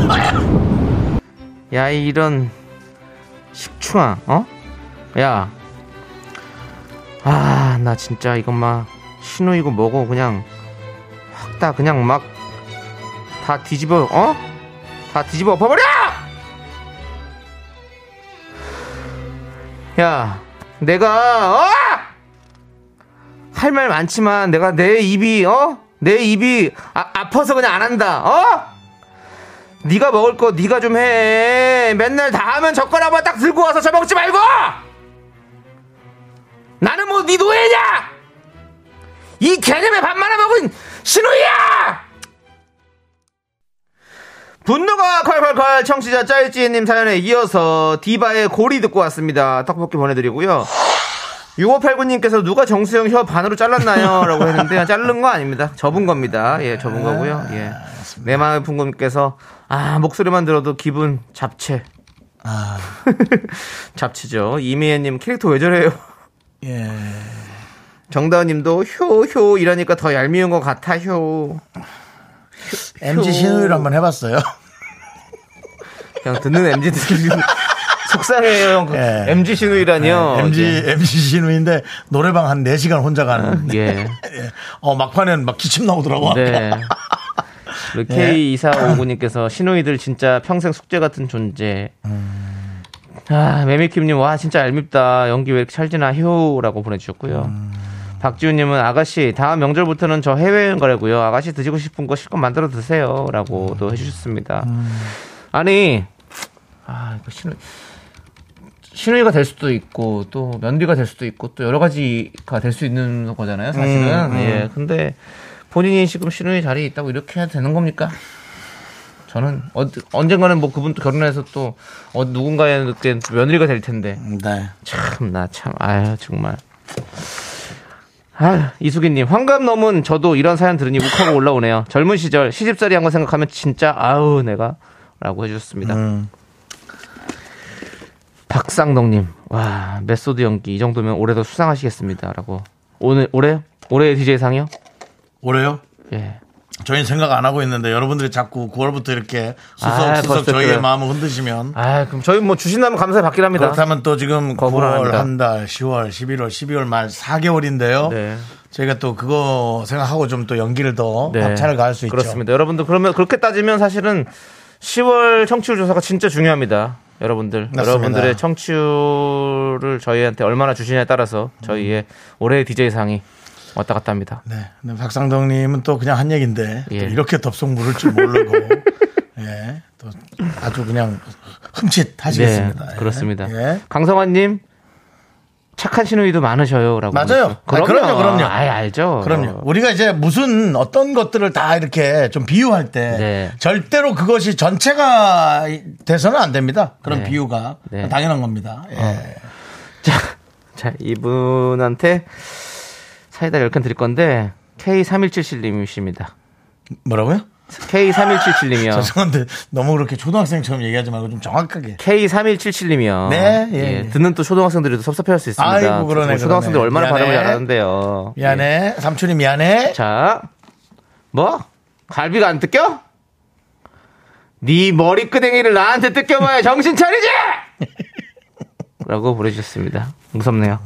Speaker 2: 야이 이런 식충아, 어? 야, 아, 나 진짜 이것 막 신우이고 뭐고 그냥 확 다 그냥 막 다 뒤집어, 어? 다 뒤집어 엎어버려! 야, 내가 어? 할 말 많지만 내가 내 입이 어? 내 입이 아, 아파서 그냥 안 한다, 어? 네가 먹을 거 네가 좀 해. 맨날 다 하면 젓가락 한번 딱 들고 와서 저먹지 말고. 나는 뭐 네 노예냐? 이 개념에 밥 말아 먹은 신우야! 분노가 콸콸콸 청취자 짤지혜님 사연에 이어서 디바의 고리 듣고 왔습니다. 떡볶이 보내드리고요. 6589님께서 누가 정수영 혀 반으로 잘랐나요? 라고 했는데 자른 거 아닙니다. 접은 겁니다. 예, 접은 거고요.
Speaker 1: 아,
Speaker 2: 예. 내 마음의 풍금님께서 아 목소리만 들어도 기분 잡채.
Speaker 1: 아.
Speaker 2: 잡채죠. 이미애님 캐릭터 왜 저래요?
Speaker 1: 예.
Speaker 2: 정다은님도 효효 이러니까 더 얄미운 것 같아 효.
Speaker 1: MG 신우를 한번 해봤어요.
Speaker 2: 그냥 듣는 MZ들이 속상해요. 형.
Speaker 1: 예.
Speaker 2: MZ 신우이라니요.
Speaker 1: MG, MG 신우인데 노래방 한 4시간 혼자 가는.
Speaker 2: 예. 예.
Speaker 1: 예. 어, 막판엔 막 기침 나오더라고.
Speaker 2: 네. 우리 K2459님께서 신우이들 진짜 평생 숙제 같은 존재. 아, 매미킴님, 와, 진짜 얄밉다. 연기 왜 이렇게 찰지나, 휴. 라고 보내주셨고요. 박지훈님은 아가씨, 다음 명절부터는 저 해외여행 가려고요. 아가씨 드시고 싶은 거 실컷 만들어 드세요. 라고도 해주셨습니다. 아니, 아, 이거 신우, 신우이가 될 수도 있고, 또 면디가 될 수도 있고, 또 여러 가지가 될 수 있는 거잖아요, 사실은. 예, 근데 본인이 지금 신우이 자리에 있다고 이렇게 해도 되는 겁니까? 저는 어, 언젠가는 뭐 그분 도 결혼해서 또 어, 누군가에게 며느리가 될 텐데
Speaker 1: 네.
Speaker 2: 참 나 참 아유 정말 아 이수기님 환갑 넘은 저도 이런 사연 들으니 욱하고 올라오네요 젊은 시절 시집살이 한 거 생각하면 진짜 아우 내가 라고 해주셨습니다
Speaker 1: 음.
Speaker 2: 박상덕님 와 메소드 연기 이 정도면 올해도 수상하시겠습니다 라고 오늘 올해요? 올해의 DJ상이요?
Speaker 1: 올해요?
Speaker 2: 예
Speaker 1: 저희는 생각 안 하고 있는데 여러분들이 자꾸 9월부터 이렇게
Speaker 2: 아,
Speaker 1: 수석수석
Speaker 2: 벌써
Speaker 1: 저희의
Speaker 2: 그래요.
Speaker 1: 마음을 흔드시면
Speaker 2: 아 그럼 저희 뭐 주신다면 감사히 받긴 합니다
Speaker 1: 그렇다면 또 지금
Speaker 2: 거부를
Speaker 1: 9월
Speaker 2: 합니다.
Speaker 1: 한 달, 10월, 11월, 12월 말 4개월인데요.
Speaker 2: 네.
Speaker 1: 저희가 또 그거 생각하고 좀 또 연기를 더
Speaker 2: 네.
Speaker 1: 박차를 가할 수 있죠.
Speaker 2: 그렇습니다. 여러분들 그러면 그렇게 따지면 사실은 10월 청취율 조사가 진짜 중요합니다. 여러분들
Speaker 1: 맞습니다.
Speaker 2: 여러분들의 청취율을 저희한테 얼마나 주시냐에 따라서 저희의 올해의 DJ 상이 왔다 갔다 합니다.
Speaker 1: 네. 근데 박상덕님은 또 그냥 한 얘기인데 또
Speaker 2: 예.
Speaker 1: 이렇게 덥석 물을 줄 모르고 예. 또 아주 그냥 흠칫 하시겠습니다.
Speaker 2: 네, 그렇습니다.
Speaker 1: 예.
Speaker 2: 강성환님 네, 착한 시누이도 많으셔요라고.
Speaker 1: 맞아요. 아,
Speaker 2: 그러니까.
Speaker 1: 그럼요, 그럼요.
Speaker 2: 아예 알죠.
Speaker 1: 그럼요. 우리가 이제 무슨 어떤 것들을 다 이렇게 좀 비유할 때
Speaker 2: 네.
Speaker 1: 절대로 그것이 전체가 돼서는 안 됩니다. 그런
Speaker 2: 네.
Speaker 1: 비유가
Speaker 2: 네.
Speaker 1: 당연한 겁니다. 예.
Speaker 2: 자, 자, 이분한테 사이다 10캔 드릴 건데 K3177님이십니다.
Speaker 1: 뭐라고요?
Speaker 2: K3177님이요.
Speaker 1: 죄송한데 너무 그렇게 초등학생처럼 얘기하지 말고 좀 정확하게.
Speaker 2: K3177님이요.
Speaker 1: 네, 예, 예.
Speaker 2: 듣는 또 초등학생들이 또 섭섭해할 수 있습니다.
Speaker 1: 아이고, 그러네,
Speaker 2: 뭐 초등학생들
Speaker 1: 그러네.
Speaker 2: 얼마나 발음을
Speaker 1: 미안해.
Speaker 2: 잘하는데요. 예.
Speaker 1: 미안해. 삼촌이 미안해.
Speaker 2: 자, 뭐? 갈비가 안 뜯겨? 네 머리끄댕이를 나한테 뜯겨봐야 정신 차리지! 라고 보내주셨습니다. 무섭네요.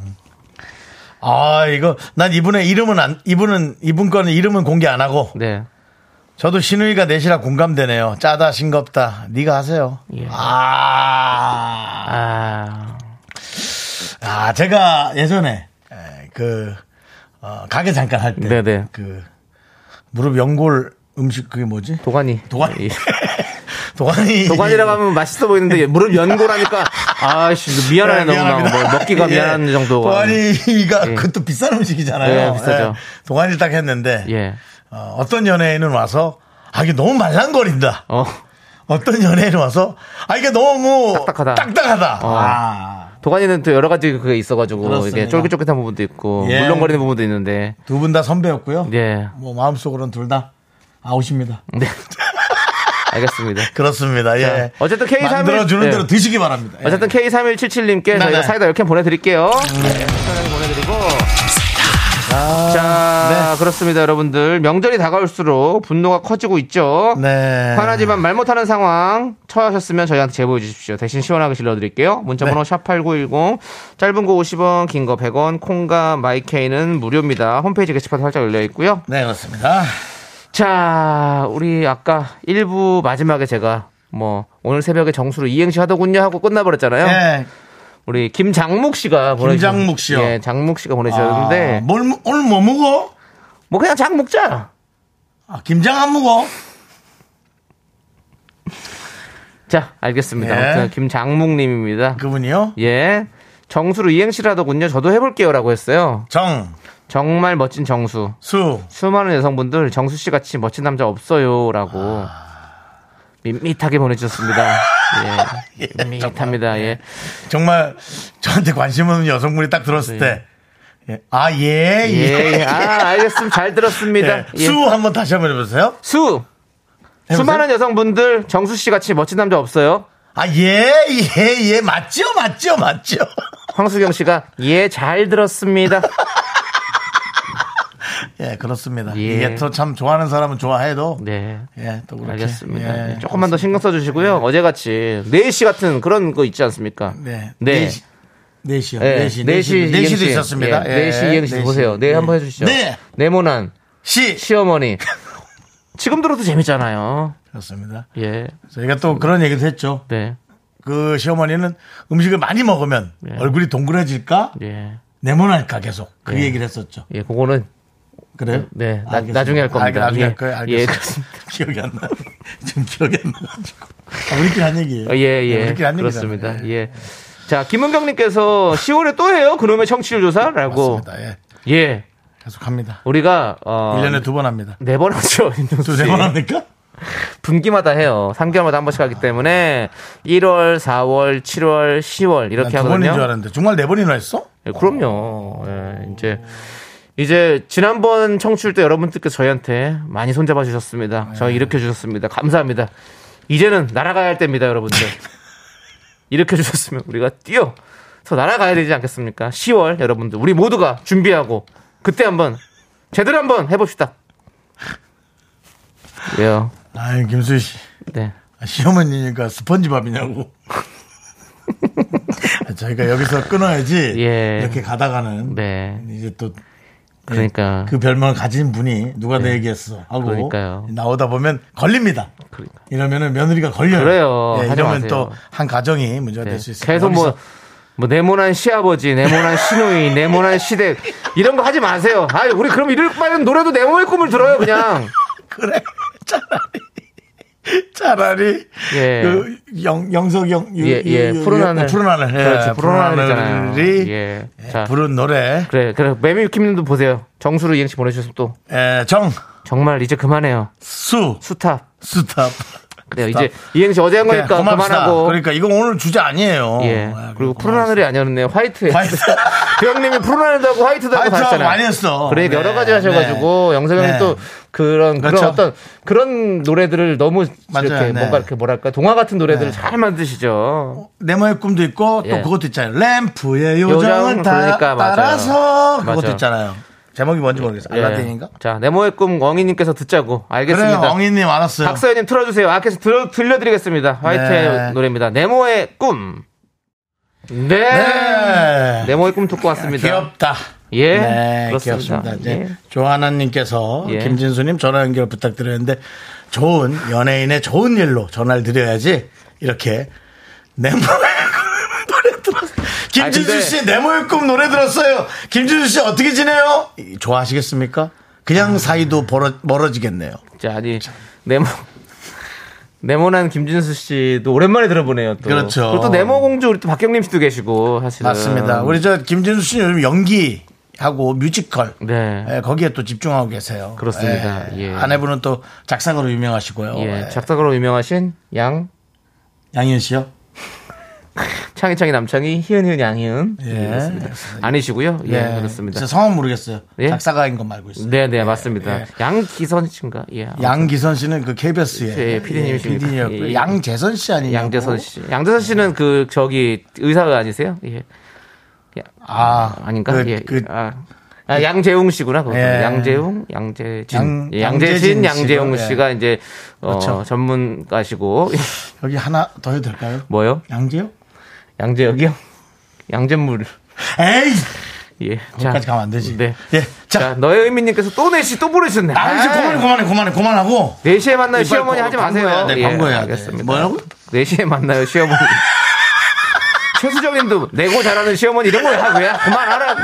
Speaker 1: 아 이거 난 이분의 이름은 안 이분은 이분 거는 이름은 공개 안 하고
Speaker 2: 네.
Speaker 1: 저도 신우이가 내시라 공감되네요. 짜다 싱겁다. 네가 하세요.
Speaker 2: 예.
Speaker 1: 아,
Speaker 2: 아,
Speaker 1: 아 제가 예전에 에, 그 어, 가게 잠깐 할 때
Speaker 2: 네네.
Speaker 1: 그 무릎 연골 음식 그게 뭐지?
Speaker 2: 도가니.
Speaker 1: 도가니.
Speaker 2: 예.
Speaker 1: 도가니
Speaker 2: 도관이라고 하면 맛있어 보이는데 무릎 연고라니까 아씨 미안하네 너무
Speaker 1: 미안합니다.
Speaker 2: 뭐 먹기가
Speaker 1: 예.
Speaker 2: 미안한 정도가
Speaker 1: 도가니가
Speaker 2: 예.
Speaker 1: 그것도 비싼 음식이잖아요.
Speaker 2: 네, 비싸죠.
Speaker 1: 예. 도가니를 딱 했는데
Speaker 2: 예.
Speaker 1: 어, 떤 연예인은 와서 아 이게 너무 말랑거린다.
Speaker 2: 어
Speaker 1: 어떤 연예인 와서 아 이게 너무
Speaker 2: 딱딱하다.
Speaker 1: 딱딱하다.
Speaker 2: 어.
Speaker 1: 아,
Speaker 2: 도관이는 또 여러 가지 그게 있어가지고
Speaker 1: 그렇습니다.
Speaker 2: 이게 쫄깃쫄깃한 부분도 있고
Speaker 1: 예.
Speaker 2: 물렁거리는 부분도 있는데
Speaker 1: 두 분 다 선배였고요.
Speaker 2: 예.
Speaker 1: 뭐 마음속으로는 둘 다 아웃입니다.
Speaker 2: 네. 알겠습니다.
Speaker 1: 그렇습니다. 예.
Speaker 2: 자, 어쨌든 K31
Speaker 1: 만들어 주는
Speaker 2: 네.
Speaker 1: 대로 드시기 바랍니다. 예.
Speaker 2: 어쨌든 K3177님께 저희가
Speaker 1: 네네.
Speaker 2: 사이다 이렇게 보내드릴게요. 네, 사이다 보내드리고.
Speaker 1: 아, 네.
Speaker 2: 자, 그렇습니다, 여러분들. 명절이 다가올수록 분노가 커지고 있죠.
Speaker 1: 네.
Speaker 2: 화나지만 말 못하는 상황 처하셨으면 저희한테 제보해 주십시오. 대신 시원하게 질러드릴게요. 문자번호
Speaker 1: 네.
Speaker 2: 샵8910 짧은 거 50원, 긴 거 100원, 콩과 마이케이는 무료입니다. 홈페이지 게시판 활짝 열려 있고요.
Speaker 1: 네, 그렇습니다.
Speaker 2: 자, 우리 아까 1부 마지막에 제가 뭐 오늘 새벽에 정수로 이행시 하더군요 하고 끝나버렸잖아요.
Speaker 1: 예.
Speaker 2: 우리 김장묵 씨가 보내주신-
Speaker 1: 김장묵 씨요?
Speaker 2: 예, 장묵 씨가
Speaker 1: 아,
Speaker 2: 보내주셨는데
Speaker 1: 뭘, 먹- 오늘 뭐 먹어?
Speaker 2: 뭐 그냥 장 먹자.
Speaker 1: 아, 김장 안 먹어?
Speaker 2: 자, 알겠습니다.
Speaker 1: 예.
Speaker 2: 아무튼 김장묵님입니다.
Speaker 1: 그분이요?
Speaker 2: 예. 정수로 이행시라더군요. 저도 해볼게요라고 했어요.
Speaker 1: 정,
Speaker 2: 정말 멋진 정수.
Speaker 1: 수,
Speaker 2: 수많은 여성분들 정수 씨 같이 멋진 남자 없어요라고
Speaker 1: 아.
Speaker 2: 밋밋하게 보내주셨습니다. 예. 밋밋합니다. 예.
Speaker 1: 정말 저한테 관심 없는 여성분이 딱 들었을 때, 예. 아, 예,
Speaker 2: 예.
Speaker 1: 예.
Speaker 2: 예. 아, 알겠습니다. 잘 들었습니다.
Speaker 1: 예. 수 한번 다시 한번 해보세요.
Speaker 2: 수.
Speaker 1: 해보세요.
Speaker 2: 수많은 여성분들 정수 씨 같이 멋진 남자 없어요?
Speaker 1: 아, 예, 예, 예. 맞죠, 맞죠, 맞죠.
Speaker 2: 황수경 씨가 예 잘 들었습니다.
Speaker 1: 예, 그렇습니다.
Speaker 2: 예.
Speaker 1: 이게 또 참 좋아하는 사람은 좋아해도,
Speaker 2: 네.
Speaker 1: 예, 또 그렇게.
Speaker 2: 알겠습니다. 네,
Speaker 1: 예.
Speaker 2: 조금만 더 신경 써 주시고요. 어제같이 4시 같은 그런 거 있지 않습니까?
Speaker 1: 네.
Speaker 2: 네.
Speaker 1: 4시. 4시요.
Speaker 2: 네.
Speaker 1: 4시. 4시. 4시. 도 있었습니다. 예.
Speaker 2: 네. 4시 이행시 보세요. 네, 한번 해주시죠.
Speaker 1: 네.
Speaker 2: 네모난
Speaker 1: 시.
Speaker 2: 시어머니. 지금 들어도 재밌잖아요.
Speaker 1: 그렇습니다.
Speaker 2: 예.
Speaker 1: 저희가 또 그런 얘기도 했죠.
Speaker 2: 네.
Speaker 1: 그 시어머니는 음식을 많이 먹으면
Speaker 2: 예.
Speaker 1: 얼굴이 동그래질까?
Speaker 2: 예.
Speaker 1: 네모날까 계속. 그 얘기를 했었죠.
Speaker 2: 예, 그거는
Speaker 1: 그래요?
Speaker 2: 네, 나-
Speaker 1: 알겠습니다.
Speaker 2: 나중에 할 겁니다.
Speaker 1: 아, 나중에
Speaker 2: 예.
Speaker 1: 할 거예요.
Speaker 2: 예,
Speaker 1: 알겠습니다. 기억이 안 나. 지금 기억이 안 나가지고. 아, 우리끼리 한 얘기예요.
Speaker 2: 어, 예,
Speaker 1: 네,
Speaker 2: 예.
Speaker 1: 우리끼리 한 얘기잖아요.
Speaker 2: 그렇습니다. 예. 자, 김은경님께서 10월에 또 해요? 그놈의 청취율 조사라고.
Speaker 1: 맞습니다. 예.
Speaker 2: 예.
Speaker 1: 계속 합니다.
Speaker 2: 우리가, 어.
Speaker 1: 1년에 두 번 합니다.
Speaker 2: 네번 하죠. 윤정수 씨.
Speaker 1: 두세 번 합니까?
Speaker 2: 분기마다 해요. 3개월마다 한 번씩 하기 때문에 1월, 4월, 7월, 10월 이렇게
Speaker 1: 난두 번인 줄
Speaker 2: 하거든요.
Speaker 1: 알았는데. 정말 네 번이나 했어?
Speaker 2: 예, 그럼요. 예, 이제 이제 지난번 청취율 때 여러분들께서 저희한테 많이 손잡아 주셨습니다. 저희 일으켜 주셨습니다. 감사합니다. 이제는 날아가야 할 때입니다, 여러분들. 일으켜 주셨으면 우리가 뛰어 서 날아가야 되지 않겠습니까? 10월 여러분들 우리 모두가 준비하고 그때 한번 제대로 한번 해봅시다. 왜요?
Speaker 1: 아유, 김수희 씨.
Speaker 2: 네.
Speaker 1: 아, 시어머니니까 스펀지밥이냐고. 아, 저희가 여기서 끊어야지.
Speaker 2: 예.
Speaker 1: 이렇게 가다가는.
Speaker 2: 네.
Speaker 1: 이제 또.
Speaker 2: 그러니까.
Speaker 1: 그 별명을 가진 분이 누가 내 얘기했어 하고
Speaker 2: 네. 그러니까요.
Speaker 1: 나오다 보면 걸립니다.
Speaker 2: 그러니까.
Speaker 1: 이러면은 며느리가 걸려요. 예,
Speaker 2: 그래요. 하지
Speaker 1: 이러면
Speaker 2: 마세요.
Speaker 1: 또 한 가정이 문제가
Speaker 2: 네.
Speaker 1: 될 수 있어요.
Speaker 2: 계속 뭐,
Speaker 1: 여기서
Speaker 2: 뭐 네모난 시아버지, 네모난 시누이, 네모난 시댁 이런 거 하지 마세요. 아, 우리 그럼 이럴 바에는 노래도 네모의 꿈을 들어요, 그냥.
Speaker 1: 그래 차라리 차라리
Speaker 2: 예.
Speaker 1: 그 영, 영석영
Speaker 2: 예, 예. 푸른 하늘.
Speaker 1: 푸른 하늘
Speaker 2: 그렇지,
Speaker 1: 예,
Speaker 2: 푸른 하늘이잖아요.
Speaker 1: 이
Speaker 2: 예. 자.
Speaker 1: 부른 노래
Speaker 2: 그래, 그래. 매미유킴님도 보세요. 정수로 이행시 보내주셨으면 또
Speaker 1: 예, 정
Speaker 2: 정말 이제 그만해요.
Speaker 1: 수
Speaker 2: 수탑.
Speaker 1: 스탑
Speaker 2: 네, 이제 이행시 어제 한
Speaker 1: 그래,
Speaker 2: 거니까
Speaker 1: 고맙습니다.
Speaker 2: 그만하고.
Speaker 1: 그러니까 이거 오늘 주제 아니에요
Speaker 2: 예.
Speaker 1: 아,
Speaker 2: 그리고
Speaker 1: 고맙습니다.
Speaker 2: 푸른 하늘이 아니었네요. 화이트.
Speaker 1: 화이트.
Speaker 2: 형님이 푸른 하늘다고 화이트다고
Speaker 1: 화이트하고
Speaker 2: 하셨잖아요.
Speaker 1: 많이 했어.
Speaker 2: 그래
Speaker 1: 네.
Speaker 2: 여러 가지 하셔가지고
Speaker 1: 네.
Speaker 2: 영석 형이
Speaker 1: 네.
Speaker 2: 또 그런
Speaker 1: 그렇죠.
Speaker 2: 그런 어떤 그런 노래들을 너무
Speaker 1: 맞아요.
Speaker 2: 이렇게
Speaker 1: 네. 어,
Speaker 2: 뭔가 이렇게 뭐랄까 동화 같은 노래들을 잘 만드시죠.
Speaker 1: 네모의 꿈도 있고
Speaker 2: 예.
Speaker 1: 또 그것도 있잖아요 램프의 요정을
Speaker 2: 요정은
Speaker 1: 다,
Speaker 2: 그러니까 맞아요.
Speaker 1: 따라서
Speaker 2: 맞아요.
Speaker 1: 그것도 있잖아요 제목이 뭔지 모르겠어
Speaker 2: 예.
Speaker 1: 알라딘인가?
Speaker 2: 자 네모의 꿈 엉이님께서 듣자고
Speaker 1: 그래요
Speaker 2: 알겠습니다.
Speaker 1: 엉이님 알았어요
Speaker 2: 박서연님 틀어주세요. 아께서 들, 들려드리겠습니다. 화이트의
Speaker 1: 네.
Speaker 2: 노래입니다. 네모의 꿈. 네.
Speaker 1: 네. 아,
Speaker 2: 네모의 꿈 듣고 왔습니다.
Speaker 1: 귀엽다.
Speaker 2: 예.
Speaker 1: 네,
Speaker 2: 그렇습니다.
Speaker 1: 귀엽습니다. 이제
Speaker 2: 예.
Speaker 1: 조하나님께서
Speaker 2: 예.
Speaker 1: 김진수님 전화 연결 부탁드렸는데 좋은 연예인의 좋은 일로 전화를 드려야지 이렇게 네모의 꿈 노래 들었어요. 김진수
Speaker 2: 아, 근데-
Speaker 1: 씨 네모의 꿈 노래 들었어요. 김진수 씨 어떻게 지내요? 이, 좋아하시겠습니까?
Speaker 2: 음.
Speaker 1: 그냥 사이도 벌어- 멀어지겠네요.
Speaker 2: 자, 아니 네모 네모난 김진수 씨도 오랜만에 들어보네요. 또.
Speaker 1: 그렇죠.
Speaker 2: 그리고 또 네모 공주 우리 또 박경림 씨도 계시고 사실은
Speaker 1: 맞습니다. 우리 저 김진수 씨는 요즘 연기 하고 뮤지컬
Speaker 2: 네.
Speaker 1: 예, 거기에 또 집중하고 계세요.
Speaker 2: 그렇습니다. 예.
Speaker 1: 아내분은 또 작사가로 유명하시고요.
Speaker 2: 예,
Speaker 1: 예.
Speaker 2: 작사가로 유명하신 양
Speaker 1: 양현 씨요?
Speaker 2: 창희 창희 남창희 희은 희은 양희은
Speaker 1: 예.
Speaker 2: 아니시고요. 예,
Speaker 1: 예.
Speaker 2: 그렇습니다.
Speaker 1: 진짜 성함 모르겠어요.
Speaker 2: 예?
Speaker 1: 작사가인 건 말고 있어요.
Speaker 2: 네, 네, 맞습니다.
Speaker 1: 예.
Speaker 2: 양기선 씨인가? 예.
Speaker 1: 양기선 씨는 그 KBS의
Speaker 2: 예, 피디님이십니다. 예.
Speaker 1: 양재선 씨 아니에요?
Speaker 2: 양재선 씨. 양재선 씨는 그 저기 의사가 아니세요? 예.
Speaker 1: 아,
Speaker 2: 아닌가?
Speaker 1: 그,
Speaker 2: 예.
Speaker 1: 그
Speaker 2: 아. 아, 양재웅 씨구나. 그거.
Speaker 1: 예.
Speaker 2: 양재웅, 양재진.
Speaker 1: 양-
Speaker 2: 예,
Speaker 1: 양재진
Speaker 2: 양재진, 양재웅
Speaker 1: 씨가, 예.
Speaker 2: 씨가 이제 어,
Speaker 1: 그렇죠.
Speaker 2: 전문가시고
Speaker 1: 여기 하나 더 해도 될까요?
Speaker 2: 뭐요?
Speaker 1: 양재요?
Speaker 2: 양재혁이요? 양재물.
Speaker 1: 에이!
Speaker 2: 예.
Speaker 1: 거기까지 가면 안 되지.
Speaker 2: 네.
Speaker 1: 예.
Speaker 2: 자,
Speaker 1: 자.
Speaker 2: 너의 의미님께서 또 4시 또 부르셨네.
Speaker 1: 아, 이제 그만해, 그만해, 그만해, 그만하고.
Speaker 2: 4시에 만나요, 시어머니
Speaker 1: 광고-
Speaker 2: 하지 마세요. 예,
Speaker 1: 광고해야 돼, 광고해야 돼.
Speaker 2: 알겠습니다.
Speaker 1: 뭐라고?
Speaker 2: 4시에 만나요, 시어머니. 최수정 님도 내고 잘하는 시어머니 이런 거 하고야. 그만하라고.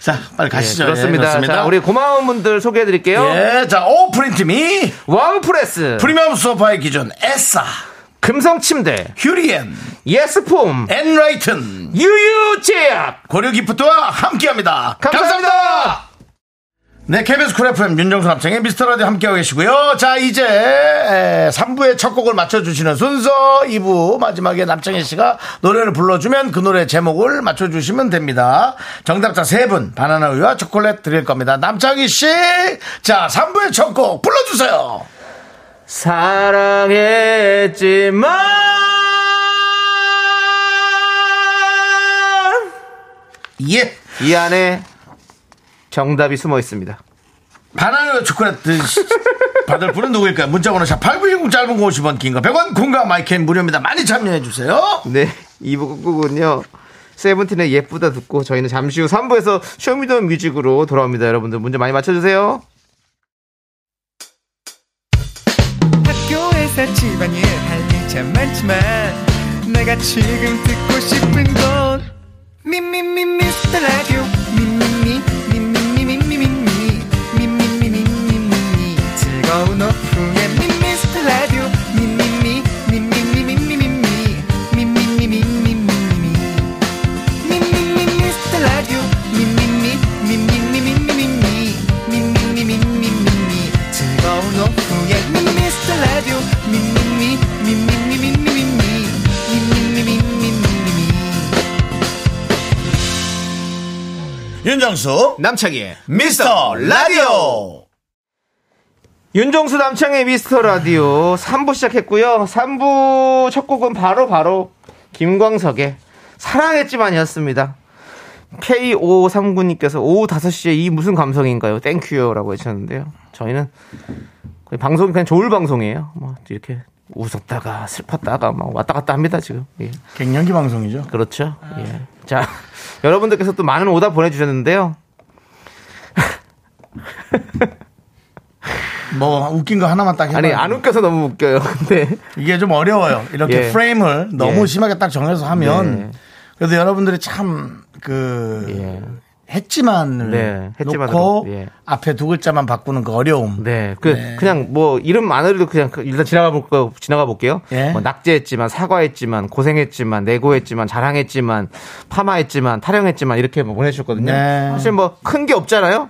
Speaker 1: 자, 빨리 가시죠.
Speaker 2: 예, 그렇습니다.
Speaker 1: 예, 그렇습니다.
Speaker 2: 자, 우리 고마운 분들 소개해 드릴게요.
Speaker 1: 예, 자, 오프린트미.
Speaker 2: 왕프레스,
Speaker 1: 프리미엄 소파의 기준, 에싸,
Speaker 2: 금성침대,
Speaker 1: 휴리엔,
Speaker 2: 예스폼,
Speaker 1: 엔라이튼,
Speaker 2: 유유제약.
Speaker 1: 고려 기프트와 함께합니다.
Speaker 2: 감사합니다.
Speaker 1: 감사합니다. 네, KBS 쿨 FM 윤정수 남창의 미스터라디오 함께하고 계시고요. 자, 이제 3부의 첫 곡을 맞춰주시는 순서 2부 마지막에 남창희 씨가 노래를 불러주면 그 노래 제목을 맞춰주시면 됩니다. 정답자 3분 바나나 우유와 초콜릿 드릴 겁니다. 남창희 씨, 자, 3부의 첫 곡 불러주세요.
Speaker 2: 사랑했지만
Speaker 1: 예.
Speaker 2: 이 안에 정답이 숨어 있습니다.
Speaker 1: 바나나 우유 초콜릿 드시- 받을 분은 누구일까요? 문자번호 샵 8910 짧은 거 50원 긴 거 100원 공감 마이캔 무료입니다. 많이 참여해주세요.
Speaker 2: 네, 2부 끝곡은요. 세븐틴의 예쁘다 듣고 저희는 잠시 후 3부에서 쇼미더뮤직으로 돌아옵니다. 여러분들 문제 많이 맞춰주세요.
Speaker 6: 학교에서 집안일 할 일 참 많지만 내가 지금 듣고 싶은 건 미미미 미스터 라디오 미미미 미미미 미미미 미미미 미미미 미미미 즐거운 오후에 미미스터 라디오 미미미 미미미 미미미 미미미 미미미 미미미
Speaker 1: 윤정수
Speaker 2: 남창희의
Speaker 1: 미스터 라디오
Speaker 2: 윤종수 남창의 미스터 라디오 3부 시작했고요. 3부 첫 곡은 바로 바로 김광석의 사랑했지만이었습니다. K5539님께서 오후 5시에 이 무슨 감성인가요? 땡큐요라고 해주셨는데요. 저희는 거의 방송이 그냥 좋을 방송이에요. 뭐 이렇게 웃었다가 슬펐다가 막 왔다 갔다 합니다 지금. 예.
Speaker 1: 갱년기 방송이죠
Speaker 2: 그렇죠. 예. 자, 여러분들께서 또 많은 오답 보내주셨는데요.
Speaker 1: 뭐 웃긴 거 하나만 딱 해봐요
Speaker 2: 아니 안 웃겨서 너무 웃겨요. 근데
Speaker 1: 이게 좀 어려워요 이렇게
Speaker 2: 예.
Speaker 1: 프레임을 너무
Speaker 2: 예.
Speaker 1: 심하게 딱 정해서 하면 그래도 여러분들이 참 그
Speaker 2: 예.
Speaker 1: 했지만을
Speaker 2: 네, 했지만으로,
Speaker 1: 놓고
Speaker 2: 예.
Speaker 1: 앞에 두 글자만 바꾸는 그 어려움.
Speaker 2: 네, 그
Speaker 1: 네.
Speaker 2: 그냥 뭐 이름만으로도 그냥 그 일단 지나가 볼까 지나가 볼게요.
Speaker 1: 예.
Speaker 2: 뭐 낙제했지만 사과했지만 고생했지만 내고했지만 자랑했지만 파마했지만 타령했지만 이렇게 뭐 보내주셨거든요.
Speaker 1: 네.
Speaker 2: 사실 뭐 큰 게 없잖아요.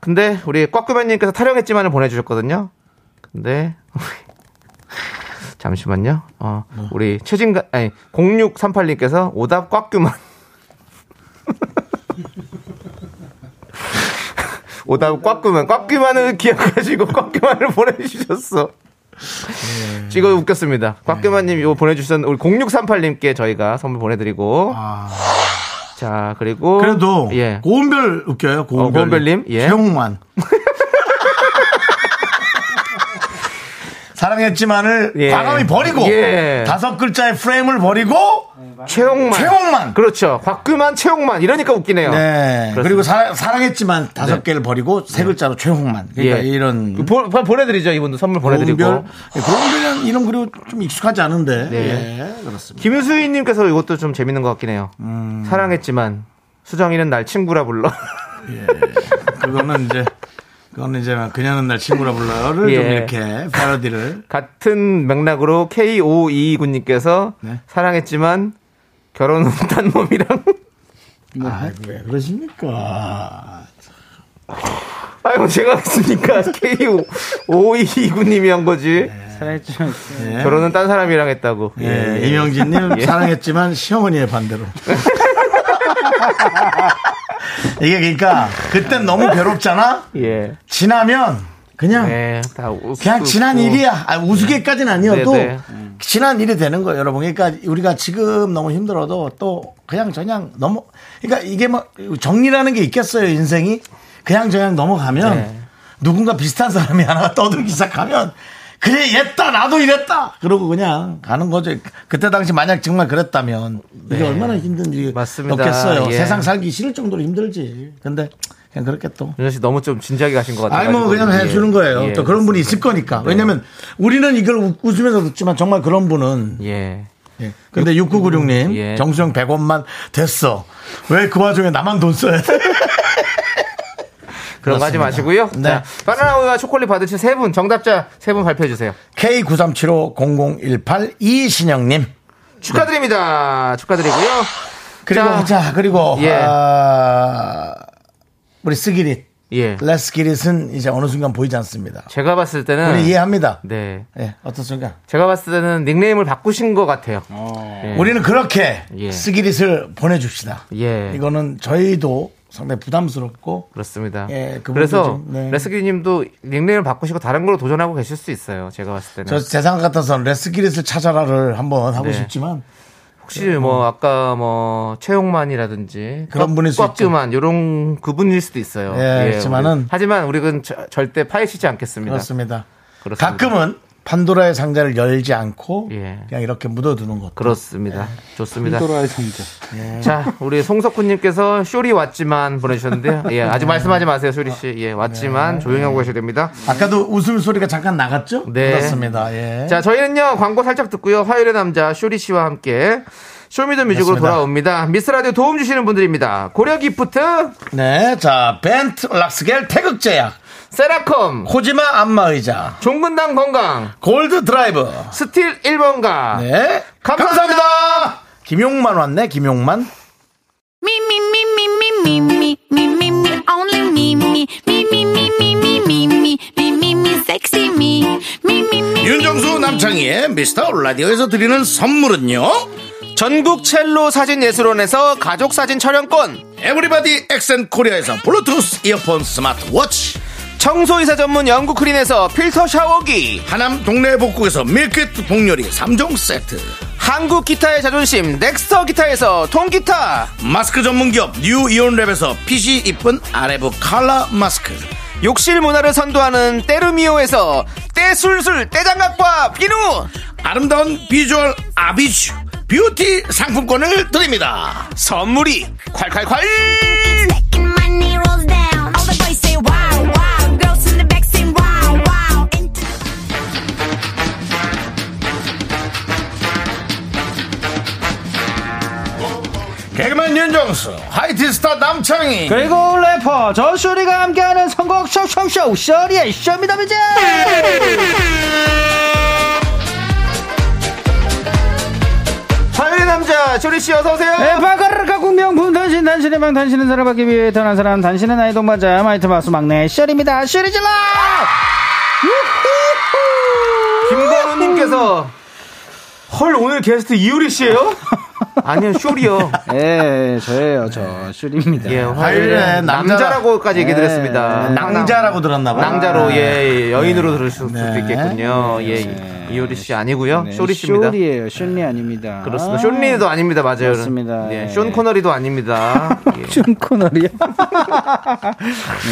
Speaker 2: 근데 우리 꽉규배님께서 타령했지만을 보내주셨거든요. 근데 잠시만요. 어,
Speaker 1: 뭐.
Speaker 2: 우리 최진가 아니 0638님께서 오답 꽉규만
Speaker 1: 음.
Speaker 2: 오답 꽉규만 꽉규만을 기억하시고 꽉규만을 보내주셨어.
Speaker 1: 네.
Speaker 2: 이거 웃겼습니다. 꽉규만님 이거 보내주신 우리 0638님께 저희가 선물 보내드리고 자 그리고
Speaker 1: 아. 그래도
Speaker 2: 예
Speaker 1: 고은별 웃겨요.
Speaker 2: 어,
Speaker 1: 고은별,
Speaker 2: 고은별님, 예.
Speaker 1: 최홍만. 사랑했지만을
Speaker 2: 예.
Speaker 1: 과감히 버리고
Speaker 2: 예. 어,
Speaker 1: 다섯 글자의 프레임을 버리고
Speaker 2: 최홍만
Speaker 1: 최홍만.
Speaker 2: 그렇죠 곽규만 최홍만 이러니까 웃기네요.
Speaker 1: 네.
Speaker 2: 그렇습니다. 네.
Speaker 1: 그리고 사, 랑했지만 다섯 개를 버리고 세 글자로 최홍만. 그러니까
Speaker 2: 예.
Speaker 1: 이런
Speaker 2: 그 보, 보- 보내드리죠 이분도 선물 보내드리고
Speaker 1: 고은별. 예, 고은별은 이런 그리고 좀 익숙하지 않은데.
Speaker 2: 네.
Speaker 1: 예, 그렇습니다.
Speaker 2: 김수희님께서 이것도 좀 재밌는 것 같긴 해요.
Speaker 1: 음.
Speaker 2: 사랑했지만 수정이는 날 친구라 불러.
Speaker 1: 그거는 이제 그거는 이제 그녀는 날 친구라 불러요를 좀
Speaker 2: 예.
Speaker 1: 이렇게 패러디를
Speaker 2: 같은 맥락으로 K529님께서
Speaker 1: 네.
Speaker 2: 사랑했지만 결혼 못한 놈이랑
Speaker 1: 아, 왜 그러십니까?
Speaker 2: 아유 제가 했으니까 K529님이 한 거지.
Speaker 1: 네. 예.
Speaker 2: 결혼은 딴 사람이랑 했다고.
Speaker 1: 예, 이명진님 사랑했지만 시어머니의 반대로. 이게 그러니까 그땐 너무 괴롭잖아.
Speaker 2: 예.
Speaker 1: 지나면 그냥
Speaker 2: 네, 다 웃고
Speaker 1: 그냥 지난
Speaker 2: 웃고.
Speaker 1: 일이야. 아, 우스갯까지는 아니어도
Speaker 2: 네, 네.
Speaker 1: 지난 일이 되는 거예요, 여러분. 그러니까 우리가 지금 너무 힘들어도 또 그냥 저냥 너무 그러니까 이게 뭐 정리라는 게 있겠어요, 인생이. 그냥 저냥 넘어가면
Speaker 2: 네.
Speaker 1: 누군가 비슷한 사람이 하나 떠들기 시작하면 그래 얘다 나도 이랬다 그러고 그냥 가는 거죠. 그때 당시 만약 정말 그랬다면 이게 얼마나 힘든
Speaker 2: 네. 맞습니다.
Speaker 1: 일이었겠어요.
Speaker 2: 예.
Speaker 1: 세상 살기 싫을 정도로 힘들지. 근데 그냥 그렇게 또
Speaker 2: 윤정 씨 너무 좀 진지하게 가신 것 같아요.
Speaker 1: 아니 뭐 그냥 해주는 거예요. 또 그런 분이 있을 거니까.
Speaker 2: 네.
Speaker 1: 왜냐면 우리는 이걸 웃- 웃으면서 듣지만 정말 그런 분은.
Speaker 2: 예.
Speaker 1: 예. 근데 6996님
Speaker 2: 예.
Speaker 1: 정수영 100원만 됐어. 왜 그 와중에 나만 돈 써야 돼?
Speaker 2: 그런 거 하지 마시고요.
Speaker 1: 네.
Speaker 2: 자, 바나나 우유와 초콜릿 받으신 세 분, 정답자 세 분 발표해 주세요.
Speaker 1: 네. K93750018 이신영님.
Speaker 2: 축하드립니다. 축하드리고요.
Speaker 1: 그리고 자, 그리고
Speaker 2: 예.
Speaker 1: 아, 우리 스기릿.
Speaker 2: 예.
Speaker 1: 레스기릿은 이제 어느 순간 보이지 않습니다.
Speaker 2: 제가 봤을 때는
Speaker 1: 우리 이해합니다.
Speaker 2: 네.
Speaker 1: 예, 어떤 순간.
Speaker 2: 제가 봤을 때는 닉네임을 바꾸신 것 같아요. 예.
Speaker 1: 우리는 그렇게
Speaker 2: 예.
Speaker 1: 스기릿을 보내줍시다.
Speaker 2: 예.
Speaker 1: 이거는 저희도 상당히 부담스럽고
Speaker 2: 그렇습니다.
Speaker 1: 예, 그분도
Speaker 2: 그래서
Speaker 1: 좀, 네.
Speaker 2: 레스키님도 닉네임을 바꾸시고 다른 걸로 도전하고 계실 수 있어요. 제가 봤을 때는
Speaker 1: 저 세상 같아서 레스기릿을 찾아라를 한번 하고
Speaker 2: 네.
Speaker 1: 싶지만
Speaker 2: 혹시 뭐 아까 뭐 최용만이라든지
Speaker 1: 어. 그런 분일 수 있죠.
Speaker 2: 꽉규만 이런 그분일 수도 있어요.
Speaker 1: 예, 그렇지만은-
Speaker 2: 우리- 하지만 우리는 저- 절대 파헤치지 않겠습니다.
Speaker 1: 그렇습니다.
Speaker 2: 그렇습니다.
Speaker 1: 가끔은 판도라의 상자를 열지 않고
Speaker 2: 예.
Speaker 1: 그냥 이렇게 묻어두는 것.
Speaker 2: 그렇습니다. 좋습니다. 돌아의 상자. 자, 우리 송석훈님께서 쇼리 왔지만 보내주셨는데요. 예, 아직 말씀하지 마세요, 쇼리 씨. 예, 왔지만 조용히 하고 계셔야 됩니다.
Speaker 1: 아까도 웃음소리가 잠깐 나갔죠?
Speaker 2: 네.
Speaker 1: 그렇습니다. 예.
Speaker 2: 자, 저희는요 광고 살짝 듣고요. 화요일의 남자 쇼리 씨와 함께 쇼미더뮤직으로
Speaker 1: 맞습니다.
Speaker 2: 돌아옵니다. 미스 라디오 도움 주시는 분들입니다. 고려 기프트,
Speaker 1: 네. 자, 벤트 락스겔 태극제약,
Speaker 2: 세라컴,
Speaker 1: 코지마 안마의자,
Speaker 2: 종근당 건강,
Speaker 1: 골드 드라이브.
Speaker 2: 스틸 1번가,
Speaker 1: 네.
Speaker 2: 감사합니다.
Speaker 1: 감사합니다. 김용만 왔네, 김용만.
Speaker 4: Me me me me me me me me me me only me me me me me me me me me me me me sexy me me me me
Speaker 1: 윤정수 남창희의 미스터 라디오에서 드리는 선물은요.
Speaker 2: 전국 첼로 사진 예술원에서 가족 사진 촬영권,
Speaker 1: 에브리바디 엑센 코리아에서 블루투스 이어폰 스마트워치.
Speaker 2: 청소이사 전문 영국 크린에서 필터 샤워기,
Speaker 1: 하남 동네 복국에서 밀키트 복요리 3종 세트
Speaker 2: 한국 기타의 자존심 넥스터 기타에서 통기타,
Speaker 1: 마스크 전문기업 뉴이온랩에서 핏이 이쁜 아레브 칼라 마스크
Speaker 2: 욕실 문화를 선도하는 때르미오에서 때술술 때장갑과 비누.
Speaker 1: 아름다운 비주얼 아비쥬 뷰티 상품권을 드립니다
Speaker 2: 선물이 콸콸콸
Speaker 4: Second money rolls down all the boys say wow wow girls in the back say wow wow into
Speaker 1: 개그맨 윤정수, 하이틴스타 남창희.
Speaker 7: 그리고 래퍼 전슈리가 함께하는 선곡 쇼쇼쇼 쇼리의 쇼미더뮤직
Speaker 2: 화요일의 남자 조리씨 어서오세요
Speaker 7: 네, 바가르카 국명품 단신 단신의 방 단신은 사랑받기 위해 태어난 사람 단신은 나의 동반자 마이트마스 막내 쇼리입니다 쇼리질러
Speaker 2: 김건우님께서 헐 오늘 게스트 이효리씨예요 아니요 쇼리요
Speaker 7: 예 저예요 저 쇼리입니다
Speaker 2: 예,
Speaker 1: 화요일에
Speaker 2: 화요일에 남자라고까지 얘기 드렸습니다.
Speaker 1: 낭자라고 들었나봐.
Speaker 2: 낭자로 예, 예, 여인으로 들을 수도
Speaker 1: 네.
Speaker 2: 있겠군요. 예, 이효리 씨 아니고요.
Speaker 5: 네,
Speaker 2: 쇼리 씨입니다.
Speaker 7: 쇼리예요 쇼리 아닙니다
Speaker 2: 네, 그렇습니다. 쇼리도 아닙니다. 맞아요.
Speaker 7: 맞습니다.
Speaker 2: 예,
Speaker 7: 예.
Speaker 2: 쇼 코너리도 아닙니다. 예.
Speaker 7: 쇼 코너리요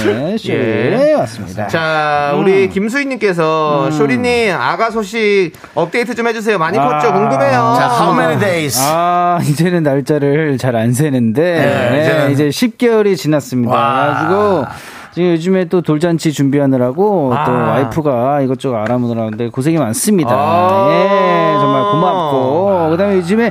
Speaker 7: 네 쇼리
Speaker 2: 예.
Speaker 7: 맞습니다
Speaker 2: 자, 우리 김수희님께서 쇼리님 아가 소식 업데이트 좀 해주세요. 많이
Speaker 7: 아.
Speaker 2: 컸죠? 궁금해요.
Speaker 1: 자, how many days?
Speaker 7: 아, 이제는 날짜를 잘 안 세는데,
Speaker 1: 네,
Speaker 7: 네,
Speaker 1: 이제는-
Speaker 7: 이제 10개월이 지났습니다.
Speaker 1: 와.
Speaker 7: 그래가지고, 지금 요즘에 또 돌잔치 준비하느라고 또
Speaker 2: 아.
Speaker 7: 와이프가 이것저것 알아보느라는데 고생이 많습니다.
Speaker 2: 아.
Speaker 7: 예, 정말 고맙고. 그 다음에 요즘에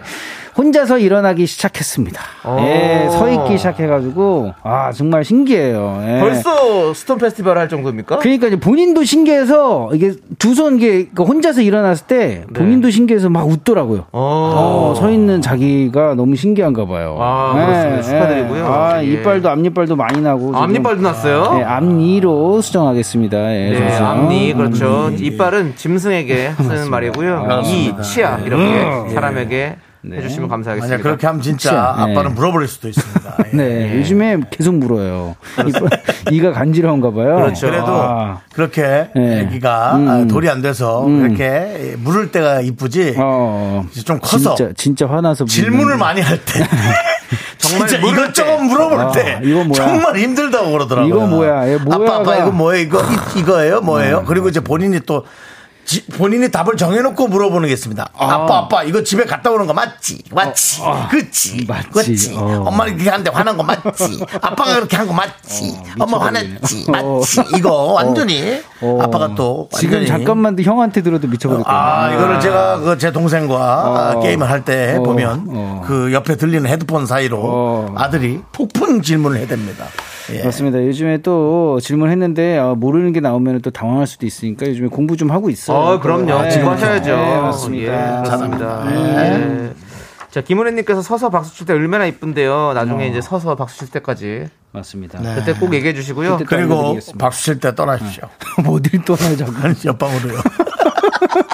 Speaker 7: 혼자서 일어나기 시작했습니다.
Speaker 2: 오.
Speaker 7: 예, 서 있기 시작해가지고, 아, 정말 신기해요. 예.
Speaker 2: 벌써 스톤 페스티벌 할 정도입니까?
Speaker 7: 그러니까 이제 본인도 신기해서 이게 두 손 이게 그 혼자서 일어났을 때 본인도 신기해서 막 웃더라고요.
Speaker 2: 어.
Speaker 7: 어, 서 있는 자기가 너무 신기한가 봐요. 네,
Speaker 2: 아, 그렇습니다. 축하드리고요.
Speaker 7: 아,
Speaker 2: 예.
Speaker 7: 이빨도 앞니빨도 많이 나고. 지금,
Speaker 2: 앞니빨도 났어요?
Speaker 7: 예, 앞니로 수정하겠습니다. 예,
Speaker 2: 네,
Speaker 7: 그래서.
Speaker 2: 앞니 그렇죠. 이빨은 짐승에게 쓰는 말이고요. 이 치아 이렇게 네. 사람에게 해주시면 감사하겠습니다.
Speaker 1: 만약 그렇게 하면 진짜
Speaker 7: 그치? 네.
Speaker 1: 아빠는 물어버릴 수도 있습니다. 예.
Speaker 7: 네, 요즘에 계속 물어요. 이빨- 이가 간지러운가 봐요.
Speaker 2: 그렇죠.
Speaker 1: 그래도
Speaker 7: 아.
Speaker 1: 그렇게
Speaker 7: 네.
Speaker 1: 애기가
Speaker 7: 음.
Speaker 1: 아, 돌이 안 돼서 그렇게 물을 때가 이쁘지
Speaker 7: 어.
Speaker 1: 이제 좀 커서
Speaker 7: 진짜, 진짜 화나서.
Speaker 1: 질문을
Speaker 7: 물면-
Speaker 1: 많이 할 때. 정말
Speaker 2: 정말
Speaker 1: 진짜
Speaker 2: 물을
Speaker 1: 이것저것
Speaker 2: 때.
Speaker 1: 물어볼
Speaker 7: 아,
Speaker 1: 때
Speaker 7: 이거 뭐야?
Speaker 1: 정말 힘들다고 그러더라고요.
Speaker 7: 이거 뭐야? 얘 뭐야가- 어.
Speaker 1: 아빠 아빠 이거 뭐예요? 이거 이, 거예요 뭐예요? 그리고 이제 본인이 또 지- 본인이 답을 정해놓고 물어보는 게 있습니다. 아빠 아빠 이거 집에 갔다 오는 거 맞지? 맞지? 그치?
Speaker 7: 어. 맞지.
Speaker 1: 그치?
Speaker 7: 어.
Speaker 1: 엄마는 그렇게 하는데 화난 거 맞지? 아빠가 그렇게 한 거 맞지? 엄마 화냈지? 맞지? 이거 완전히
Speaker 7: 어.
Speaker 1: 아빠가 또
Speaker 7: 지금
Speaker 1: 완전히
Speaker 7: 잠깐만도 형한테 들어도 미쳐버릴 거예요.
Speaker 1: 아, 이거를 제가 그 제 동생과
Speaker 7: 어.
Speaker 1: 게임을 할 때
Speaker 7: 어.
Speaker 1: 보면
Speaker 7: 어.
Speaker 1: 그 옆에 들리는 헤드폰 사이로
Speaker 7: 어.
Speaker 1: 아들이 폭풍 질문을 해댑니다. 예.
Speaker 7: 맞습니다. 요즘에 또 질문했는데 아, 모르는 게 나오면 또 당황할 수도 있으니까 요즘에 공부 좀 하고 있어요.
Speaker 2: 어, 그럼요.
Speaker 7: 네,
Speaker 2: 공부하셔야죠.
Speaker 7: 네, 맞습니다.
Speaker 2: 예, 그렇습니다. 예. 자, 김은혜님께서 서서 박수 칠 때 얼마나 이쁜데요. 나중에 이제 서서 박수 칠 때까지.
Speaker 7: 맞습니다.
Speaker 2: 그때 꼭 얘기해 주시고요.
Speaker 7: 그때-
Speaker 1: 그리고
Speaker 7: 알려드리겠습니다.
Speaker 1: 박수 칠 때 떠나십시오.
Speaker 7: 어딜 떠나요, 자꾸.
Speaker 1: 아니, 옆방으로요.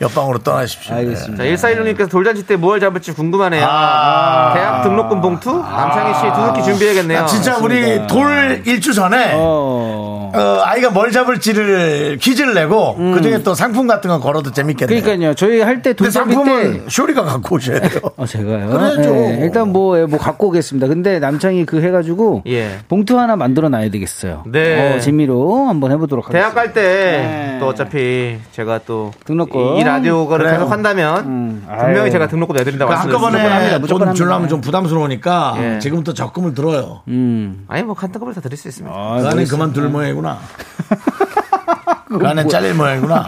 Speaker 1: 옆방으로 떠나십시오. 예.
Speaker 7: 알겠습니다.
Speaker 2: 자, 1416님께서 돌잔치 때 뭘 잡을지 궁금하네요. 대학 등록금 봉투? 남창희 씨 두둑히
Speaker 1: 예.
Speaker 2: 준비해야겠네요.
Speaker 1: 아, 진짜 우리 돌 일주 전에
Speaker 7: 어.
Speaker 1: 어, 아이가 뭘 잡을지를 퀴즈를 내고 그중에 또 상품 같은 거 걸어도 재밌겠네요.
Speaker 7: 음. 그러니까요. 저희 할 때
Speaker 1: 근데
Speaker 7: 돌잡이 때
Speaker 1: 상품은 쇼리가 갖고 오셔야 돼요.
Speaker 7: 어, 제가요.
Speaker 1: 그래야죠.
Speaker 7: 예, 일단 뭐, 예, 뭐 갖고 오겠습니다. 근데 남창이 그 해가지고
Speaker 2: 예.
Speaker 7: 봉투 하나 만들어 놔야 되겠어요.
Speaker 2: 네.
Speaker 7: 어, 재미로 한번 해보도록 하겠습니다.
Speaker 2: 대학 갈 때 또 어차피 제가 또
Speaker 7: 등록금.
Speaker 2: 이, 이 라디오를
Speaker 1: 그래요.
Speaker 2: 계속 한다면 분명히 제가 등록금 내드린다고
Speaker 1: 그
Speaker 2: 말씀드렸습니다.
Speaker 1: 한꺼번에
Speaker 7: 무조건
Speaker 1: 돈
Speaker 7: 합니다.
Speaker 1: 주려면 좀 부담스러우니까
Speaker 2: 예.
Speaker 1: 지금부터 적금을 들어요.
Speaker 7: 음.
Speaker 2: 아니 뭐 한꺼번에 다 드릴 수 있습니다.
Speaker 7: 아,
Speaker 1: 그 안에 그만 둘 모양이구나. 그 안에 잘릴 모양이구나.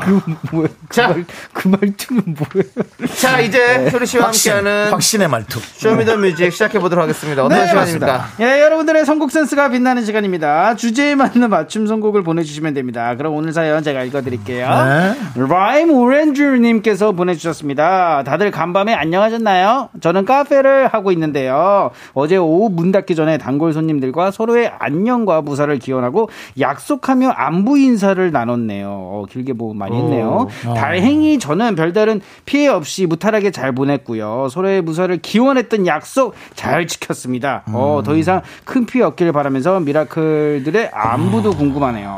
Speaker 7: 뭐야.
Speaker 2: 자.
Speaker 7: 그, 말, 그 말투는 뭐예요?
Speaker 2: 자 이제 효리 씨와 함께하는
Speaker 1: 확신, 의 말투.
Speaker 2: 쇼미더뮤직 시작해 보도록 하겠습니다. 어떤
Speaker 1: 네,
Speaker 2: 시간입니까?
Speaker 1: 맞습니다.
Speaker 7: 예, 여러분들의 선곡 센스가 빛나는 시간입니다. 주제에 맞는 맞춤 선곡을 보내주시면 됩니다. 그럼 오늘 사연 제가 읽어드릴게요.
Speaker 1: 네.
Speaker 7: 라임 오렌지님께서 보내주셨습니다. 다들 간밤에 안녕하셨나요? 저는 카페를 하고 있는데요. 어제 오후 문 닫기 전에 단골 손님들과 서로의 안녕과 무사를 기원하고 약속하며 안부 인사를 나눴네요. 어, 길게 뭐 많이 했네요. 다행히 저는 별다른 피해 없이 무탈하게 잘 보냈고요. 서로의 무사를 기원했던 약속 잘 지켰습니다. 어, 더 이상 큰 피해 없기를 바라면서 미라클들의 안부도 궁금하네요.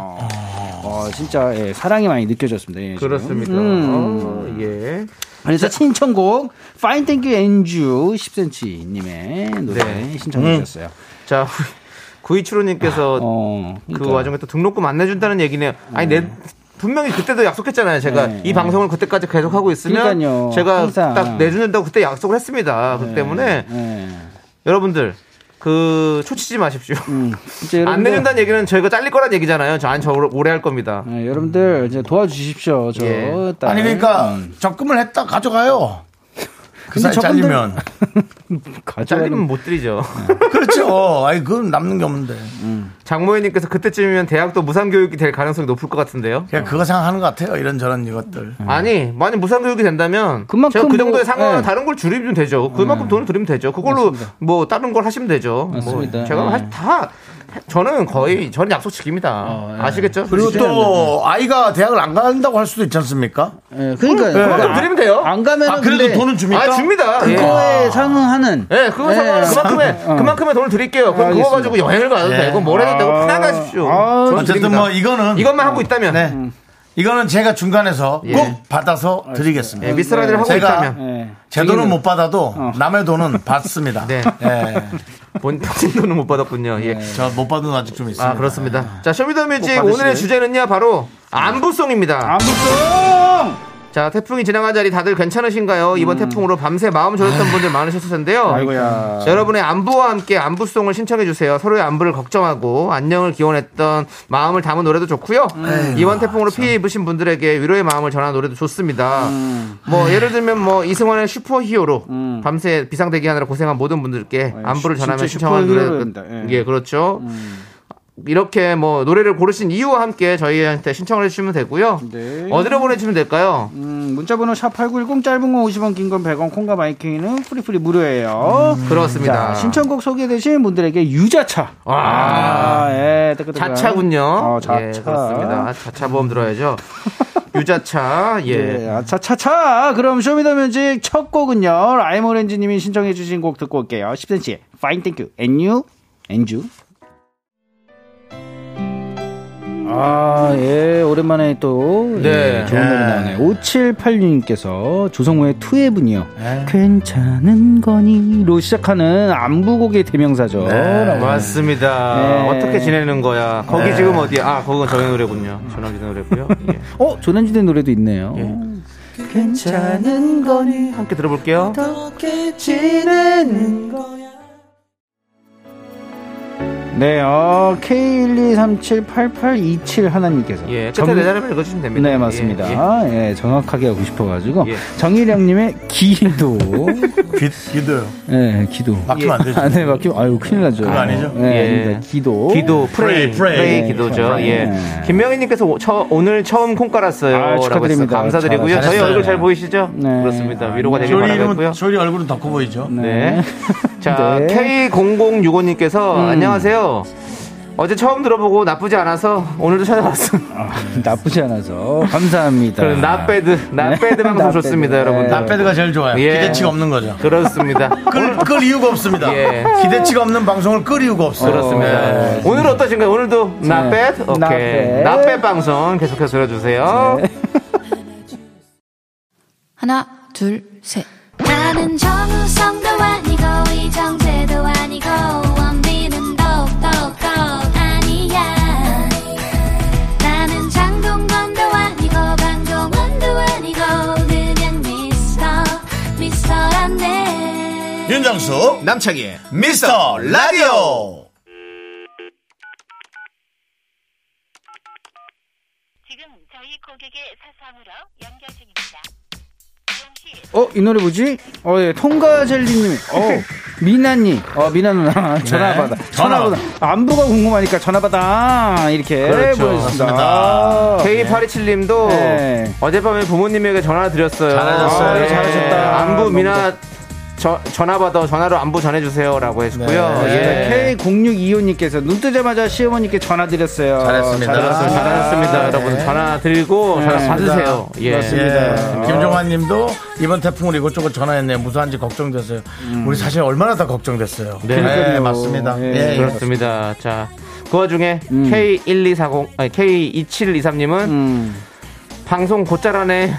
Speaker 7: 어, 진짜 예, 사랑이 많이 느껴졌습니다. 예, 지금.
Speaker 2: 그렇습니다. 어, 예.
Speaker 7: 그래서 신청곡 Fine Thank You and You 10cm 님의 노래
Speaker 2: 네.
Speaker 7: 신청해 주셨어요.
Speaker 2: 자 구이치로님께서
Speaker 7: 어,
Speaker 2: 그 와중에 또 등록금 안 내준다는 얘기네요. 아니 내 분명히 그때도 약속했잖아요. 제가
Speaker 7: 네,
Speaker 2: 이 방송을 그때까지 계속 하고 있으면
Speaker 7: 그러니까요.
Speaker 2: 제가
Speaker 7: 항상.
Speaker 2: 딱 내준다고 그때 약속을 했습니다. 그렇기 때문에
Speaker 7: 예.
Speaker 2: 여러분들 그 초치지 마십시오.
Speaker 7: 음. 진짜
Speaker 2: 안
Speaker 7: 여러분들,
Speaker 2: 내준다는 얘기는 저희가 잘릴 거란 얘기잖아요. 저 안 저 오래 할 겁니다.
Speaker 7: 예, 여러분들 이제 도와주십시오. 저
Speaker 2: 예.
Speaker 7: 딸.
Speaker 1: 아니 그러니까 적금을 했다 가져가요. 그 사이
Speaker 7: 저분들-
Speaker 1: 잘리면.
Speaker 2: 잘리면 못 드리죠.
Speaker 1: 그렇죠. 아니, 그건 남는 게 없는데.
Speaker 2: 장모님께서 그때쯤이면 대학도 무상교육이 될 가능성이 높을 것 같은데요.
Speaker 1: 그냥 그거 생각하는 것 같아요. 이런저런 이것들.
Speaker 2: 아니, 만약 무상교육이 된다면
Speaker 7: 음. 그만큼
Speaker 2: 제가 그
Speaker 7: 뭐,
Speaker 2: 정도의 상황은
Speaker 7: 예. 음.
Speaker 2: 다른 걸 줄이면 되죠. 그만큼 돈을 드리면 되죠. 그걸로 뭐 다른 걸 하시면 되죠.
Speaker 7: 맞습니다.
Speaker 2: 뭐 제가
Speaker 7: 예.
Speaker 2: 하- 다 저는 거의 저는 약속 지킵니다.
Speaker 7: 어, 예.
Speaker 2: 아시겠죠?
Speaker 1: 그리고 또 아이가 대학을 안 간다고 할 수도 있지 않습니까?
Speaker 7: 예, 그러니까
Speaker 2: 그만큼 드리면 돼요.
Speaker 7: 안 가면
Speaker 1: 아, 그래도 돈은 줍니까?
Speaker 2: 아, 줍니다. 예.
Speaker 7: 그거에 상응하는
Speaker 2: 예, 그거 상관 그만큼의 그만큼의 돈을 드릴게요. 그럼
Speaker 7: 알겠습니다.
Speaker 2: 그거 가지고 여행을 가도 되고 뭘 해도 되고 편하게 하십시오.
Speaker 7: 아,
Speaker 2: 저는
Speaker 1: 어쨌든
Speaker 2: 드립니다.
Speaker 1: 뭐 이거는
Speaker 2: 이것만 하고 있다면
Speaker 1: 네. 이거는 제가 중간에서
Speaker 2: 예.
Speaker 1: 꼭 받아서 드리겠습니다.
Speaker 2: 예, 미스라디를 하고
Speaker 1: 제가-
Speaker 2: 있다면
Speaker 7: 예.
Speaker 1: 제 돈은 못 받아도 남의 돈은 받습니다.
Speaker 2: 어. 네.
Speaker 1: 예.
Speaker 2: 본 당신 돈은 못 받았군요. 예.
Speaker 1: 저 못 받은 돈 아직 좀 있습니다.
Speaker 2: 아 그렇습니다. 자 쇼미더뮤직
Speaker 7: 받으시네.
Speaker 2: 오늘의 주제는요 바로 안부송입니다.
Speaker 7: 아무튼
Speaker 2: 자 태풍이 지나간 자리 다들 괜찮으신가요? 이번 태풍으로 밤새 마음 졸였던 분들 많으셨을 텐데요.
Speaker 7: 음. 아이고야.
Speaker 2: 자, 여러분의 안부와 함께 안부송을 신청해 주세요. 서로의 안부를 걱정하고 안녕을 기원했던 마음을 담은 노래도 좋고요. 이번 태풍으로 피해 입으신 분들에게 위로의 마음을 전하는 노래도 좋습니다.
Speaker 7: 음.
Speaker 2: 뭐 예를 들면 뭐 이승환의 슈퍼히어로 밤새 비상 대기하느라 고생한 모든 분들께 안부를
Speaker 7: 슈-
Speaker 2: 전하며
Speaker 7: 진짜
Speaker 2: 신청한
Speaker 7: 슈퍼히어로였다.
Speaker 2: 노래
Speaker 7: 예.
Speaker 2: 예 그렇죠. 이렇게 뭐 노래를 고르신 이유와 함께 저희한테 신청을 해주시면 되고요.
Speaker 7: 네.
Speaker 2: 어디로 보내주시면 될까요?
Speaker 7: 음, 문자번호 샵8910 짧은 거 50원 긴 건 100원 콩과 마이킹은 프리프리 무료예요.
Speaker 2: 음, 그렇습니다.
Speaker 7: 자, 신청곡 소개되신 분들에게 유자차. 아, 예, 뜨끈뜨끈.
Speaker 2: 자차군요.
Speaker 7: 어, 자차.
Speaker 2: 예, 그렇습니다. 자차 보험 들어야죠. 유자차. 예.
Speaker 7: 예, 아차차차. 그럼 쇼미더뮤직 첫 곡은요. 라임오렌지님이 신청해주신 곡 듣고 올게요. 10cm. Fine, thank you. And you? And you? 아, 예, 오랜만에 또.
Speaker 2: 네.
Speaker 7: 예, 좋은 노래 나오네요. 5786님께서 조성우의 투앱은요.
Speaker 2: 예.
Speaker 7: 괜찮은 거니?로 시작하는 안부곡의 대명사죠.
Speaker 2: 네.
Speaker 7: 라고.
Speaker 2: 맞습니다.
Speaker 7: 네.
Speaker 2: 어떻게 지내는 거야? 거기 지금 어디야? 아, 거건 저희 노래군요. 전화기 노래고요. 예.
Speaker 7: 어, 조난지대 노래도 있네요.
Speaker 2: 괜찮은 거니? 함께 들어볼게요.
Speaker 7: 네, 어, K123788271 하나님께서.
Speaker 2: 예. 끝에
Speaker 7: 정-
Speaker 2: 네 자리만 읽어주시면 됩니다.
Speaker 7: 네,
Speaker 2: 예,
Speaker 7: 맞습니다. 예, 정확하게 하고 싶어가지고.
Speaker 2: 예.
Speaker 7: 정일영님의 기도.
Speaker 1: 귀, 기도요.
Speaker 7: 예, 기도.
Speaker 1: 맡기면 안 되죠.
Speaker 7: 아, 네, 막히면, 아유, 큰일 나죠.
Speaker 1: 그거 아니죠?
Speaker 7: 예,
Speaker 2: 예.
Speaker 7: 아닙니다. 기도.
Speaker 2: 예. 기도, 프레이,
Speaker 1: 프레이,
Speaker 2: 프레이,
Speaker 1: 프레이
Speaker 2: 기도죠.
Speaker 7: 프레이.
Speaker 2: 예.
Speaker 7: 네.
Speaker 2: 김명희님께서 오- 처- 오늘 처음 콩 깔았어요.
Speaker 7: 아,
Speaker 2: 라고
Speaker 7: 축하드립니다.
Speaker 2: 해서 감사드리고요.
Speaker 7: 잘-
Speaker 2: 저희
Speaker 1: 잘했어요.
Speaker 2: 얼굴 잘 보이시죠?
Speaker 7: 네.
Speaker 2: 그렇습니다. 위로가 되길
Speaker 1: 쇼리 이름은,
Speaker 2: 바라겠고요.
Speaker 1: 쇼리 얼굴은 더 커 보이죠?
Speaker 2: 네. 자,
Speaker 7: 네.
Speaker 2: K0065님께서
Speaker 7: 음.
Speaker 2: 안녕하세요. 어제 처음 들어보고 나쁘지 않아서 오늘도 찾아왔어요.
Speaker 7: 네. 나쁘지 않아서. 감사합니다.
Speaker 2: 그럼 나배드, 나배드 방송
Speaker 7: 나
Speaker 2: 좋습니다,
Speaker 7: 배드.
Speaker 2: 여러분.
Speaker 7: 네.
Speaker 2: 나
Speaker 1: 나패드가 제일 좋아요.
Speaker 2: 예.
Speaker 1: 기대치가 없는 거죠.
Speaker 2: 그렇습니다.
Speaker 1: 끌, 끌 이유가 없습니다.
Speaker 2: 예.
Speaker 1: 기대치가 없는 방송을 끌 이유가 없어요.
Speaker 2: 그렇습니다.
Speaker 1: 예.
Speaker 2: 오늘 어떠신가요? 오늘도 나배드?
Speaker 7: 네. 나
Speaker 2: 오케이.
Speaker 7: bad.
Speaker 2: 나배드 방송 계속해서 들어주세요.
Speaker 7: 네.
Speaker 8: 하나, 둘, 셋.
Speaker 4: 나는 정우성도 아니고 이정재도 아니고 원빈은 더욱더 아니야 나는 장동건도 아니고 방종원도 아니고 그냥 미스터 미스터란데
Speaker 1: 윤정수 남창희 미스터 라디오
Speaker 7: 어, 이 노래 뭐지? 어, 예, 통가젤리님, 어, 미나님, 어, 미나 누나, 전화
Speaker 1: 네.
Speaker 7: 받아.
Speaker 1: 전화
Speaker 7: 전화 받아. 안부가 궁금하니까 전화 받아. 이렇게
Speaker 2: 그렇죠.
Speaker 7: 보내주셨습니다.
Speaker 1: 맞습니다.
Speaker 7: 아,
Speaker 2: K827님도
Speaker 7: 네.
Speaker 2: 어젯밤에 부모님에게 전화 드렸어요.
Speaker 1: 잘하셨어요.
Speaker 2: 아, 예.
Speaker 7: 잘하셨다.
Speaker 2: 안부
Speaker 7: 너무
Speaker 2: 미나 저- 전화 받아 전화로 안부 전해주세요라고 해주고요.
Speaker 1: 어,
Speaker 7: 네.
Speaker 2: 예.
Speaker 7: K0625님께서 눈 뜨자마자 시어머니께 전화드렸어요.
Speaker 1: 잘했습니다.
Speaker 7: 잘했어요.
Speaker 1: 아,
Speaker 2: 잘하셨습니다. 여러분 전화 드리고 전화 받으세요. 예.
Speaker 1: 예. 김종환 님도 이번 태풍으로 이곳저곳 전화했네요. 무사한지 걱정돼서요.
Speaker 2: 음.
Speaker 1: 우리 사실 얼마나 다 걱정됐어요.
Speaker 2: 네.
Speaker 7: 그러니까요.
Speaker 1: 맞습니다.
Speaker 7: 예,
Speaker 1: 예, 예.
Speaker 2: 그렇죠. 그렇습니다. 자, 그 와중에 K1240 아니 K2723님은
Speaker 7: 음.
Speaker 2: 방송 곧잘하네.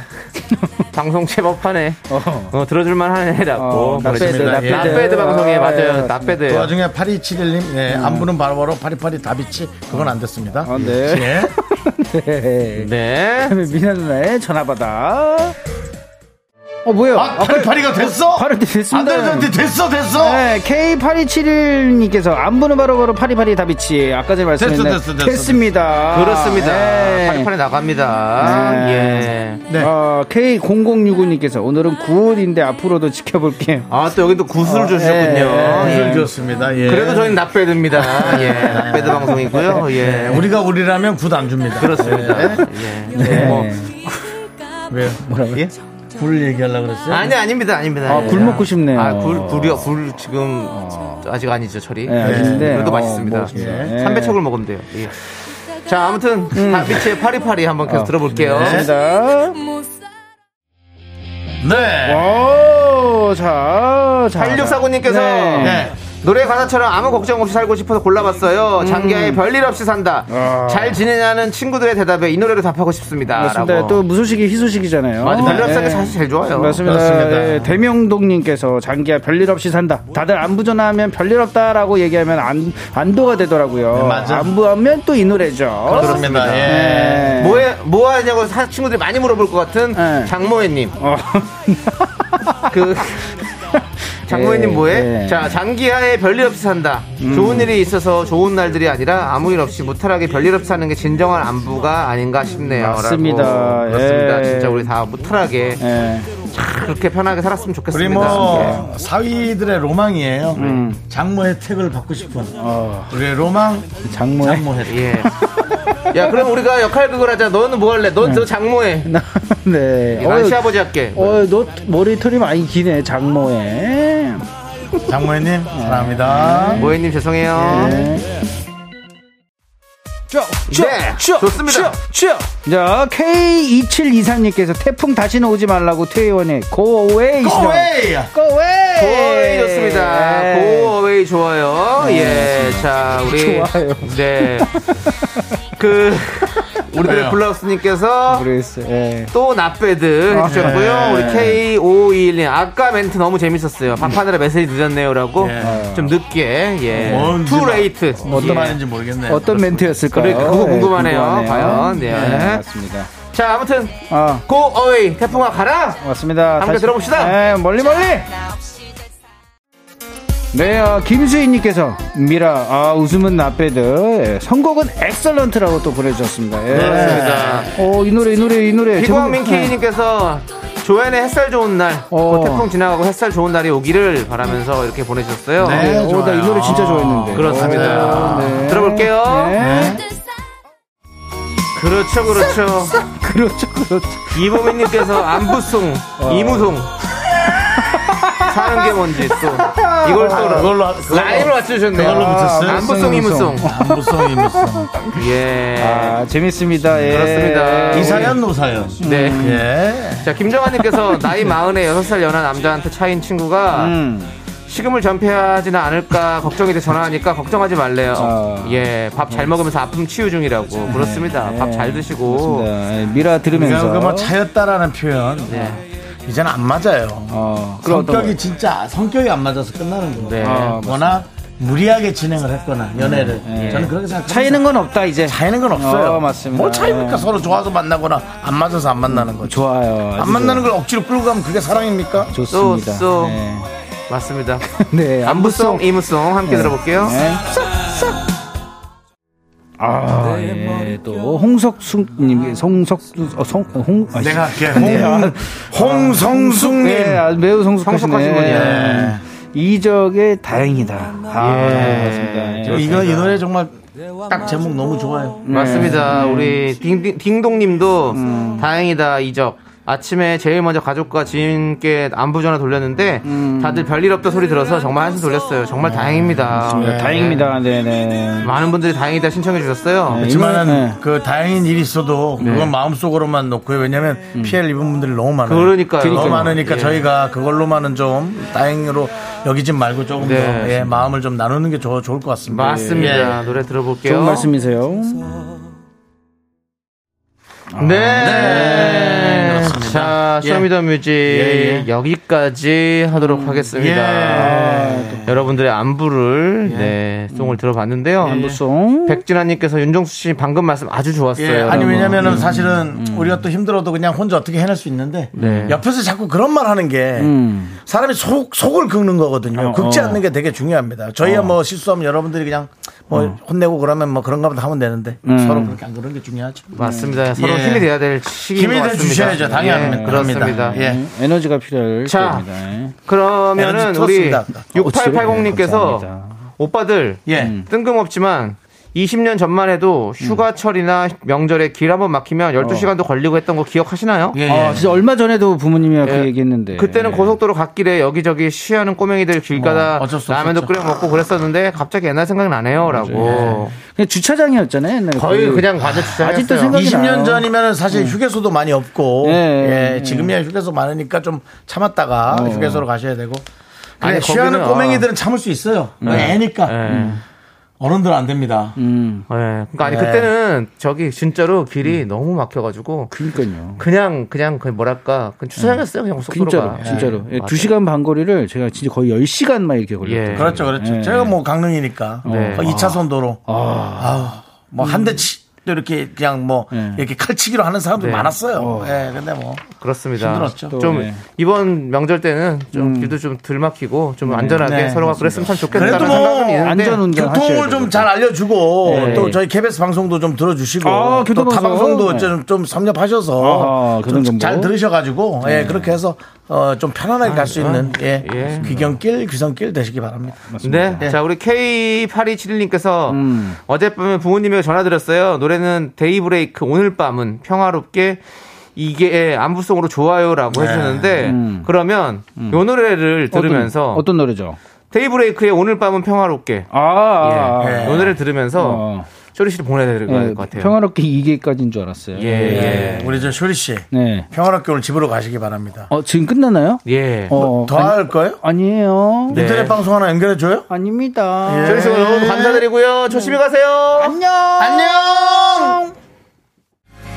Speaker 2: 방송 제법 하네.
Speaker 7: 어.
Speaker 2: 어, 들어줄만 하네라고
Speaker 7: 어,
Speaker 2: 보내주셨습니다.
Speaker 1: 나빼드,
Speaker 2: 예.
Speaker 1: 나빼드.
Speaker 2: 나빼드 방송에
Speaker 7: 아,
Speaker 2: 맞아요.
Speaker 7: 예,
Speaker 1: 그
Speaker 2: 나빼드예요.
Speaker 1: 와중에 8271님, 예, 안부는 바로바로 파리파리 다비치. 그건 안 됐습니다.
Speaker 7: 아, 네.
Speaker 1: 예.
Speaker 7: 네.
Speaker 2: 네.
Speaker 7: 미나 누나의 전화 받아. 어, 뭐예요?
Speaker 1: 아, 파리파리가 됐어?
Speaker 7: 파리 됐습니다.
Speaker 1: 안 되는데 됐어, 됐어.
Speaker 7: 네, K8271님께서 안 보는 바로바로 파리파리 다비치. 아까 전에 말씀했는데
Speaker 1: 됐어, 됐어, 됐어,
Speaker 7: 습니다
Speaker 2: 그렇습니다.
Speaker 7: 네.
Speaker 2: 파리파리 나갑니다.
Speaker 7: 네.
Speaker 2: 예.
Speaker 1: 네.
Speaker 7: 어, K0069님께서 오늘은 9월인데 앞으로도 지켜볼게요.
Speaker 2: 아, 또 여기 또 구슬을
Speaker 7: 예,
Speaker 2: 주셨군요.
Speaker 1: 네.
Speaker 2: 예.
Speaker 1: 좋습니다. 예.
Speaker 2: 그래도 저희는 납배드입니다. 예. 납배드 방송이고요. 예. 우리
Speaker 1: 우리가 우리라면 굿 안 줍니다.
Speaker 2: 그렇습니다.
Speaker 1: 예.
Speaker 2: 예. 네. 뭐
Speaker 1: 왜요? 뭐라고요? 굴 얘기하려고 그랬어요?
Speaker 2: 아니 아닙니다. 아닙니다.
Speaker 7: 아,
Speaker 2: 예.
Speaker 7: 굴 먹고 싶네요.
Speaker 2: 아, 굴 굴이요. 굴 지금 아직 아니죠, 철이.
Speaker 7: 예, 아닌데.
Speaker 2: 그래도
Speaker 7: 어,
Speaker 2: 맛있습니다.
Speaker 7: 먹었습니다. 예. 음.
Speaker 2: 300척을 먹으면 돼요. 예. 자, 아무튼 다비치의 파리파리 한번 계속 들어볼게요.
Speaker 7: 네, 감사합니다.
Speaker 1: 네.
Speaker 7: 오, 어, 자, 자.
Speaker 2: 8649님께서
Speaker 7: 네.
Speaker 1: 네.
Speaker 2: 노래 가사처럼 아무 걱정 없이 살고 싶어서
Speaker 7: 음.
Speaker 2: 골라봤어요. 장기하의 별일 없이 산다.
Speaker 7: 아.
Speaker 2: 잘 지내냐는 친구들의 대답에 이 노래로 답하고 싶습니다.
Speaker 7: 맞습니다.
Speaker 2: 라고.
Speaker 7: 또 무소식이 희소식이잖아요.
Speaker 2: 아니, 별일 없이 산게
Speaker 7: 네.
Speaker 2: 사실 제일 좋아요.
Speaker 7: 맞습니다.
Speaker 1: 그렇습니다.
Speaker 7: 예, 대명동님께서 장기야 별일 없이 산다. 다들 안부 전화하면 별일 없다라고 얘기하면 안, 안도가 되더라고요.
Speaker 1: 네, 맞아.
Speaker 7: 안부하면 또 이 노래죠.
Speaker 1: 그렇습니다. 예.
Speaker 7: 예.
Speaker 2: 뭐해 뭐 하냐고 사- 친구들이 많이 물어볼 것 같은
Speaker 7: 네.
Speaker 2: 장모혜님.
Speaker 7: 어.
Speaker 2: 그 장모혜님
Speaker 7: 예,
Speaker 2: 뭐해?
Speaker 7: 예.
Speaker 2: 자 장기하에 별일 없이 산다.
Speaker 7: 음.
Speaker 2: 좋은 일이 있어서 좋은 날들이 아니라 아무 일 없이 무탈하게 별일 없이 사는 게 진정한 안부가 아닌가 싶네요.
Speaker 7: 맞습니다.
Speaker 2: 라고. 그렇습니다.
Speaker 7: 예.
Speaker 2: 진짜 우리 다 무탈하게
Speaker 7: 예.
Speaker 2: 그렇게 편하게 살았으면
Speaker 1: 우리
Speaker 2: 좋겠습니다.
Speaker 1: 뭐 사위들의 로망이에요. 장모의 택을 받고 싶은 우리의 로망
Speaker 7: 장모의
Speaker 1: 장모의
Speaker 2: 예. 예. 야 그럼 우리가 역할극을 하자. 너는 뭐 할래? 넌너 장모해.
Speaker 7: 네.
Speaker 2: 난 시아버지 할게.
Speaker 7: 어, 너 머리털이 많이 기네 장모에.
Speaker 1: 장모님 사랑합니다.
Speaker 2: 모혜님 죄송해요.
Speaker 7: 예.
Speaker 2: 네, 좋습니다.
Speaker 7: 자 K2723님께서 태풍 다시는 오지 말라고 퇴원해 고웨이
Speaker 1: 고웨이!
Speaker 7: 고웨이
Speaker 2: 고어웨이
Speaker 7: 예.
Speaker 2: 좋습니다.
Speaker 7: 네.
Speaker 2: 고어웨이 좋아요. 예. 자, 우리.
Speaker 7: 좋아요.
Speaker 2: 네. 그, 우리들의 블라우스님께서
Speaker 7: 모르겠어요 예.
Speaker 2: 또
Speaker 7: 아,
Speaker 2: 나배드
Speaker 7: 네.
Speaker 2: 해주셨고요. 우리 K521님. 아까 멘트 너무
Speaker 7: 음.
Speaker 2: 재밌었어요. 밤하늘에 메시지 늦었네요. 라고. 좀 늦게. 예.
Speaker 1: 예. 뭔지
Speaker 2: 투
Speaker 1: 막-
Speaker 2: 레이트.
Speaker 1: 어떤 말인지 모르겠네요.
Speaker 7: 예. 어떤 멘트였을까요?
Speaker 2: 그러니까 그거
Speaker 7: 예,
Speaker 2: 궁금하네요.
Speaker 7: 궁금하네요.
Speaker 2: 과연, 예.
Speaker 7: 맞습니다
Speaker 2: 자, 아무튼.
Speaker 7: 아
Speaker 2: 고어웨이. 태풍아 가라!
Speaker 7: 맞습니다
Speaker 2: 함께 들어봅시다.
Speaker 7: 예, 멀리 멀리 네, 어, 김수희님께서 미라, 아, 웃음은 나빼드. 예, 선곡은 엑설런트라고 또 보내주셨습니다. 예.
Speaker 2: 그렇습니다.
Speaker 7: 어, 이 노래, 이 노래, 이 노래.
Speaker 2: 비광민
Speaker 7: 제목- 예.
Speaker 2: K님께서 조연의 햇살 좋은 날,
Speaker 7: 어.
Speaker 2: 곧 태풍 지나가고 햇살 좋은 날이 오기를 바라면서 이렇게 보내주셨어요.
Speaker 1: 네,
Speaker 7: 오, 나 이 노래 진짜 좋아했는데.
Speaker 2: 그렇습니다.
Speaker 7: 오, 네.
Speaker 2: 들어볼게요.
Speaker 7: 네.
Speaker 2: 그렇죠, 그렇죠.
Speaker 7: 그렇죠, 그렇죠.
Speaker 2: 이보민님께서 안부송, 이무송. 사는 게 뭔지 또 이걸 또
Speaker 1: 그걸로
Speaker 2: 라임을 맞춰주셨네요.
Speaker 1: 그걸로 붙였어요?
Speaker 2: 안부송, 이무송.
Speaker 1: 무송 이무송
Speaker 2: 예.
Speaker 7: 아, 재밌습니다. 예.
Speaker 2: 그렇습니다.
Speaker 1: 이사연 노사연.
Speaker 2: 네.
Speaker 1: 예.
Speaker 2: 자, 김정환님께서 나이 마흔에 여섯 살 연하 남자한테 차인 친구가
Speaker 7: 음.
Speaker 2: 식음을 전폐하지는 않을까 걱정이 돼 전화하니까 걱정하지 말래요.
Speaker 7: 아.
Speaker 2: 예, 밥 잘 먹으면서 아픔 치유 중이라고. 그렇습니다. 밥 잘 드시고.
Speaker 7: 네, 미라 들으면서. 네.
Speaker 1: 그냥 그뭐 차였다라는 표현. 이젠 안 맞아요.
Speaker 7: 어, 그럼 어떤 어, 뭐,
Speaker 1: 성격이 진짜 성격이 안 맞아서 끝나는
Speaker 2: 네.
Speaker 1: 거예요. 거나 무리하게 진행을 했거나 연애를 저는 그렇게 생각합니다.
Speaker 7: 차이는 건 없다, 이제.
Speaker 1: 차이는 건 없어요.
Speaker 7: 음, 예. 어, 맞습니다.
Speaker 1: 뭐 차이입니까?
Speaker 7: 네.
Speaker 1: 서로 좋아서 만나거나 안 맞아서 안 만나는 거죠.
Speaker 7: 좋아요. 아주
Speaker 1: 안 만나는 걸 억지로 끌고 가면 그게 사랑입니까?
Speaker 7: 좋습니다.
Speaker 2: 쏘.
Speaker 7: 네.
Speaker 2: 맞습니다.
Speaker 7: 네,
Speaker 2: 안부송, 이무송 함께 들어볼게요.
Speaker 7: 네. 아, 예, 또
Speaker 2: 아,
Speaker 7: 홍석숙님, 송석수, 어, 송, 어, 홍, 아,
Speaker 1: 내가 할게.
Speaker 7: 네.
Speaker 1: 홍, 홍성숙님.
Speaker 7: 네, 아, 매우 성숙하시네.
Speaker 2: 성숙하신 분이에요.
Speaker 7: 네. 이적에 다행이다. 아, 맞습니다. 네, 예.
Speaker 1: 이거 이 노래 정말 딱 제목 너무 좋아요.
Speaker 2: 맞습니다. 우리 딩, 딩동님도
Speaker 7: 음.
Speaker 2: 다행이다, 이적. 아침에 제일 먼저 가족과 지인께 안부 전화 돌렸는데
Speaker 7: 음.
Speaker 2: 다들 별일 없다 소리 들어서 정말 한숨 돌렸어요. 정말 다행입니다.
Speaker 7: 네, 다행입니다. 네네.
Speaker 2: 네. 많은 분들이 다행이다 신청해 주셨어요.
Speaker 1: 그렇지만은
Speaker 7: 네.
Speaker 1: 그 다행인 일이 있어도 그건 마음속으로만 놓고요. 왜냐면 피해를 입은 분들이 너무 많아요.
Speaker 2: 그러니까요.
Speaker 1: 너무
Speaker 2: 그러니까요.
Speaker 1: 많으니까
Speaker 2: 예.
Speaker 1: 저희가 그걸로만은 좀 다행으로 여기진 말고 조금
Speaker 2: 네.
Speaker 1: 더 예, 마음을 좀 나누는 게 좋, 좋을 것 같습니다. 예.
Speaker 2: 맞습니다. 노래 들어볼게요.
Speaker 7: 좋은
Speaker 2: 예.
Speaker 7: 말씀이세요.
Speaker 1: 아,
Speaker 2: 네. 네.
Speaker 1: 있습니다.
Speaker 2: 자,
Speaker 1: 예.
Speaker 2: 쇼미더뮤직
Speaker 1: 예, 예.
Speaker 2: 여기까지 하도록 하겠습니다.
Speaker 1: 예.
Speaker 2: 네. 여러분들의 안부를 네, 송을 들어봤는데요.
Speaker 1: 예.
Speaker 7: 무송.
Speaker 2: 백진아님께서 윤정수 씨 방금 말씀 아주 좋았어요.
Speaker 1: 예, 아니
Speaker 2: 여러분. 음.
Speaker 1: 왜냐면은 사실은 우리가 또 힘들어도 그냥 혼자 어떻게 해낼 수 있는데
Speaker 2: 네. 음.
Speaker 1: 옆에서 자꾸 그런 말 하는 게 사람이 속 속을 긁는 거거든요.
Speaker 7: 어,
Speaker 1: 긁지
Speaker 7: 어.
Speaker 1: 않는 게 되게 중요합니다.
Speaker 2: 어.
Speaker 1: 저희야 뭐 실수하면 여러분들이 그냥 뭐 혼내고 그러면 뭐 그런가 보다 하면 되는데
Speaker 2: 음.
Speaker 1: 서로 그렇게 안 그런 게 중요하죠.
Speaker 2: 맞습니다. 서로
Speaker 1: 예.
Speaker 2: 힘이 돼야 될 시기인
Speaker 1: 힘이
Speaker 2: 것
Speaker 1: 돼
Speaker 2: 같습니다.
Speaker 1: 주셔야죠. 당연합니다.
Speaker 2: 예, 그렇습니다.
Speaker 1: 예.
Speaker 7: 에너지가 필요할
Speaker 2: 자.
Speaker 7: 때입니다. 예.
Speaker 2: 그러면은
Speaker 1: 에너지
Speaker 2: 우리
Speaker 1: 쳤습니다, 어, 아까.
Speaker 2: 6880님께서
Speaker 7: 감사합니다.
Speaker 2: 오빠들 음.
Speaker 1: 예.
Speaker 2: 뜬금없지만 20년 전만 해도 휴가철이나 명절에 길 한번 막히면
Speaker 1: 어.
Speaker 2: 12시간도 걸리고 했던 거 기억하시나요?
Speaker 1: 예, 예.
Speaker 7: 아, 진짜 얼마 전에도 부모님이랑
Speaker 2: 예.
Speaker 7: 그
Speaker 1: 네.
Speaker 7: 얘기했는데.
Speaker 2: 그때는 고속도로 갓길에 여기저기 쉬하는 꼬맹이들 길 가다
Speaker 1: 뭐 어쩔 수
Speaker 2: 라면도
Speaker 1: 없었죠. 음,
Speaker 2: 끓여 먹고 그랬었는데 갑자기 옛날 생각 나네요라고
Speaker 7: 그냥 주차장이었잖아요. 옛날에
Speaker 2: 거의
Speaker 7: 거의.
Speaker 2: 그냥 과자
Speaker 7: 아직도
Speaker 2: 주차했어요.
Speaker 7: 생각이 나요. 음.
Speaker 1: 20년 전이면 사실 휴게소도 많이 없고
Speaker 7: 예, 예,
Speaker 1: 예, 지금이야 휴게소 많으니까 좀 참았다가
Speaker 7: 어.
Speaker 1: 휴게소로 가셔야 되고
Speaker 2: 아니,
Speaker 1: 그래, 쉬하는
Speaker 2: 거기는- 어. 네.
Speaker 1: 꼬맹이들은 참을 수 있어요. 네, 애니까 어른들은 안 됩니다.
Speaker 7: 음.
Speaker 2: 예. 음. 그러니까 아니
Speaker 1: 네. 음.
Speaker 2: 그때는 저기 진짜로 길이 너무 막혀가지고
Speaker 7: 그니까요.
Speaker 2: 그냥 그냥 그 뭐랄까 그 주차장이었어요 그냥
Speaker 7: 진짜로,
Speaker 2: 고속도로가
Speaker 7: 진짜로.
Speaker 2: 예,
Speaker 7: 예,
Speaker 2: 맞아요.
Speaker 7: 두 시간 반 거리를 제가 진짜 거의 10시간 막 이렇게 걸렸어요.
Speaker 2: 예.
Speaker 1: 그렇죠, 그렇죠.
Speaker 7: 예.
Speaker 1: 제가 뭐 강릉이니까
Speaker 2: 네. 아.
Speaker 1: 2차선 도로 아뭐한대 치. 또 이렇게 그냥 뭐
Speaker 7: 예.
Speaker 1: 이렇게 칼치기로 하는 사람들이
Speaker 2: 네. 아.
Speaker 1: 많았어요. 예, 근데 뭐
Speaker 2: 그렇습니다.
Speaker 1: 힘들었죠. 음.
Speaker 7: 또,
Speaker 2: 예. 좀
Speaker 7: 네.
Speaker 2: 이번 명절 때는 좀 길도 좀 덜 막히고 좀 안전하게
Speaker 1: 네,
Speaker 2: 서로가 그랬으면 참
Speaker 1: 그래도
Speaker 2: 좋겠다는
Speaker 1: 뭐
Speaker 2: 생각은 있는데
Speaker 7: 안전 운전 하셔야
Speaker 1: 교통을 좀
Speaker 7: 되고.
Speaker 1: 잘 알려주고
Speaker 2: 네.
Speaker 1: 또 저희 KBS 방송도 좀 들어주시고
Speaker 7: 아,
Speaker 1: 또
Speaker 7: 교통방송.
Speaker 1: 타방송도
Speaker 7: 네.
Speaker 1: 좀, 좀 섭렵하셔서
Speaker 7: 아하, 네. 교통정보.
Speaker 1: 잘 들으셔가지고 예, 그렇게 해서 어, 좀 편안하게 갈
Speaker 7: 아,
Speaker 1: 수 있는 예,
Speaker 2: 예.
Speaker 1: 귀경길 귀성길 되시기 바랍니다.
Speaker 2: 네. 자, 우리 K8271님께서
Speaker 7: 음.
Speaker 2: 어젯밤에 부모님에게 전화드렸어요. 노래는 데이브레이크 오늘 밤은 평화롭게 이게 예, 안부송으로 좋아요라고 해주셨는데 그러면 요 노래를 들으면서
Speaker 7: 네. 음. 어떤, 어떤 노래죠?
Speaker 2: 데이브레이크의 오늘 밤은 평화롭게
Speaker 7: 아, 아, 아.
Speaker 2: 예. 요 노래를 들으면서
Speaker 7: 어.
Speaker 2: 쇼리 씨를 보내야 될
Speaker 7: 예,
Speaker 2: 것 같아요.
Speaker 7: 평화롭게 2개까지인 줄 알았어요.
Speaker 2: 예, 예.
Speaker 1: 예, 우리 저 쇼리 씨
Speaker 7: 네.
Speaker 1: 평화롭게 오늘 집으로 가시기 바랍니다.
Speaker 7: 어, 지금 끝나나요?
Speaker 2: 예.
Speaker 7: 어,
Speaker 1: 더 할 거예요?
Speaker 7: 아니, 아니에요.
Speaker 2: 네. 예.
Speaker 1: 인터넷 방송 하나 연결해 줘요? 예.
Speaker 7: 아닙니다.
Speaker 2: 쇼리 씨 오늘 너무 감사드리고요. 조심히 가세요.
Speaker 7: 네.
Speaker 1: 안녕!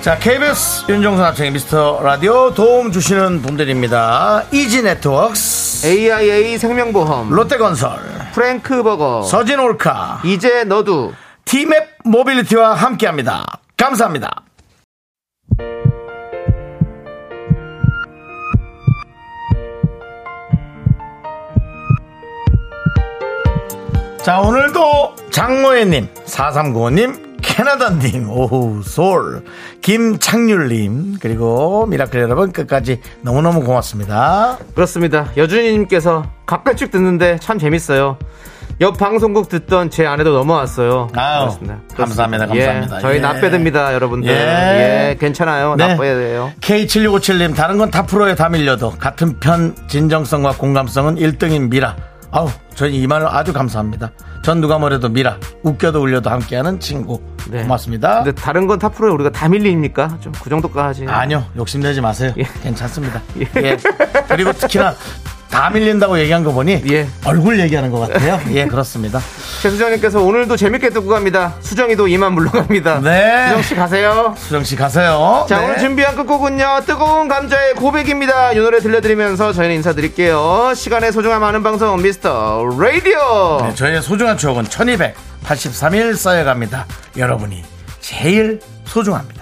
Speaker 1: 자, KBS 윤정수 남창의 미스터 라디오 도움 주시는 분들입니다. 이지 네트워크스,
Speaker 2: AIA 생명보험,
Speaker 1: 롯데건설,
Speaker 2: 프랭크 버거,
Speaker 1: 서진 올카,
Speaker 2: 이제 너도
Speaker 1: 티맵 모빌리티와 함께 합니다. 감사합니다. 자, 오늘도 장모혜님, 4395님, 캐나다님, 오우, 솔, 김창률님, 그리고 미라클 여러분 끝까지 너무너무 고맙습니다.
Speaker 2: 그렇습니다. 여준이님께서 가끔씩 듣는데 참 재밌어요. 옆 방송국 듣던 제 아내도 넘어왔어요.
Speaker 1: 아유, 감사합니다,
Speaker 2: 예,
Speaker 1: 감사합니다.
Speaker 2: 저희
Speaker 1: 예.
Speaker 2: 나빼듭니다, 여러분들.
Speaker 1: 예.
Speaker 2: 예, 괜찮아요.
Speaker 1: 네.
Speaker 2: 나빠야 돼요.
Speaker 1: K7657님 다른 건 다 프로에 다 밀려도 같은 편 진정성과 공감성은 1등인 미라 아우 저희 이 말을 아주 감사합니다 전 누가 뭐래도 미라 웃겨도 울려도 함께하는 친구
Speaker 2: 네.
Speaker 1: 고맙습니다
Speaker 2: 근데 다른 건 타프로에 우리가 다 밀립니까? 좀 그 정도까지.
Speaker 1: 아니요 욕심내지 마세요 괜찮습니다 예. 그리고 특히나 다 밀린다고 얘기한 거 보니
Speaker 2: 예.
Speaker 1: 얼굴 얘기하는 것 같아요 예 그렇습니다
Speaker 2: 최수정님께서 오늘도 재밌게 듣고 갑니다. 수정이도 이만 물러갑니다.
Speaker 1: 네.
Speaker 2: 수정씨 가세요.
Speaker 1: 수정씨 가세요
Speaker 2: 자
Speaker 1: 네.
Speaker 2: 오늘 준비한 끝곡은요 뜨거운 감자의 고백입니다 이 노래 들려드리면서 저희는 인사드릴게요 시간의 소중함 아는 방송 미스터 라디오
Speaker 1: 네, 저희의 소중한 추억은 1283일 쌓여갑니다 여러분이 제일 소중합니다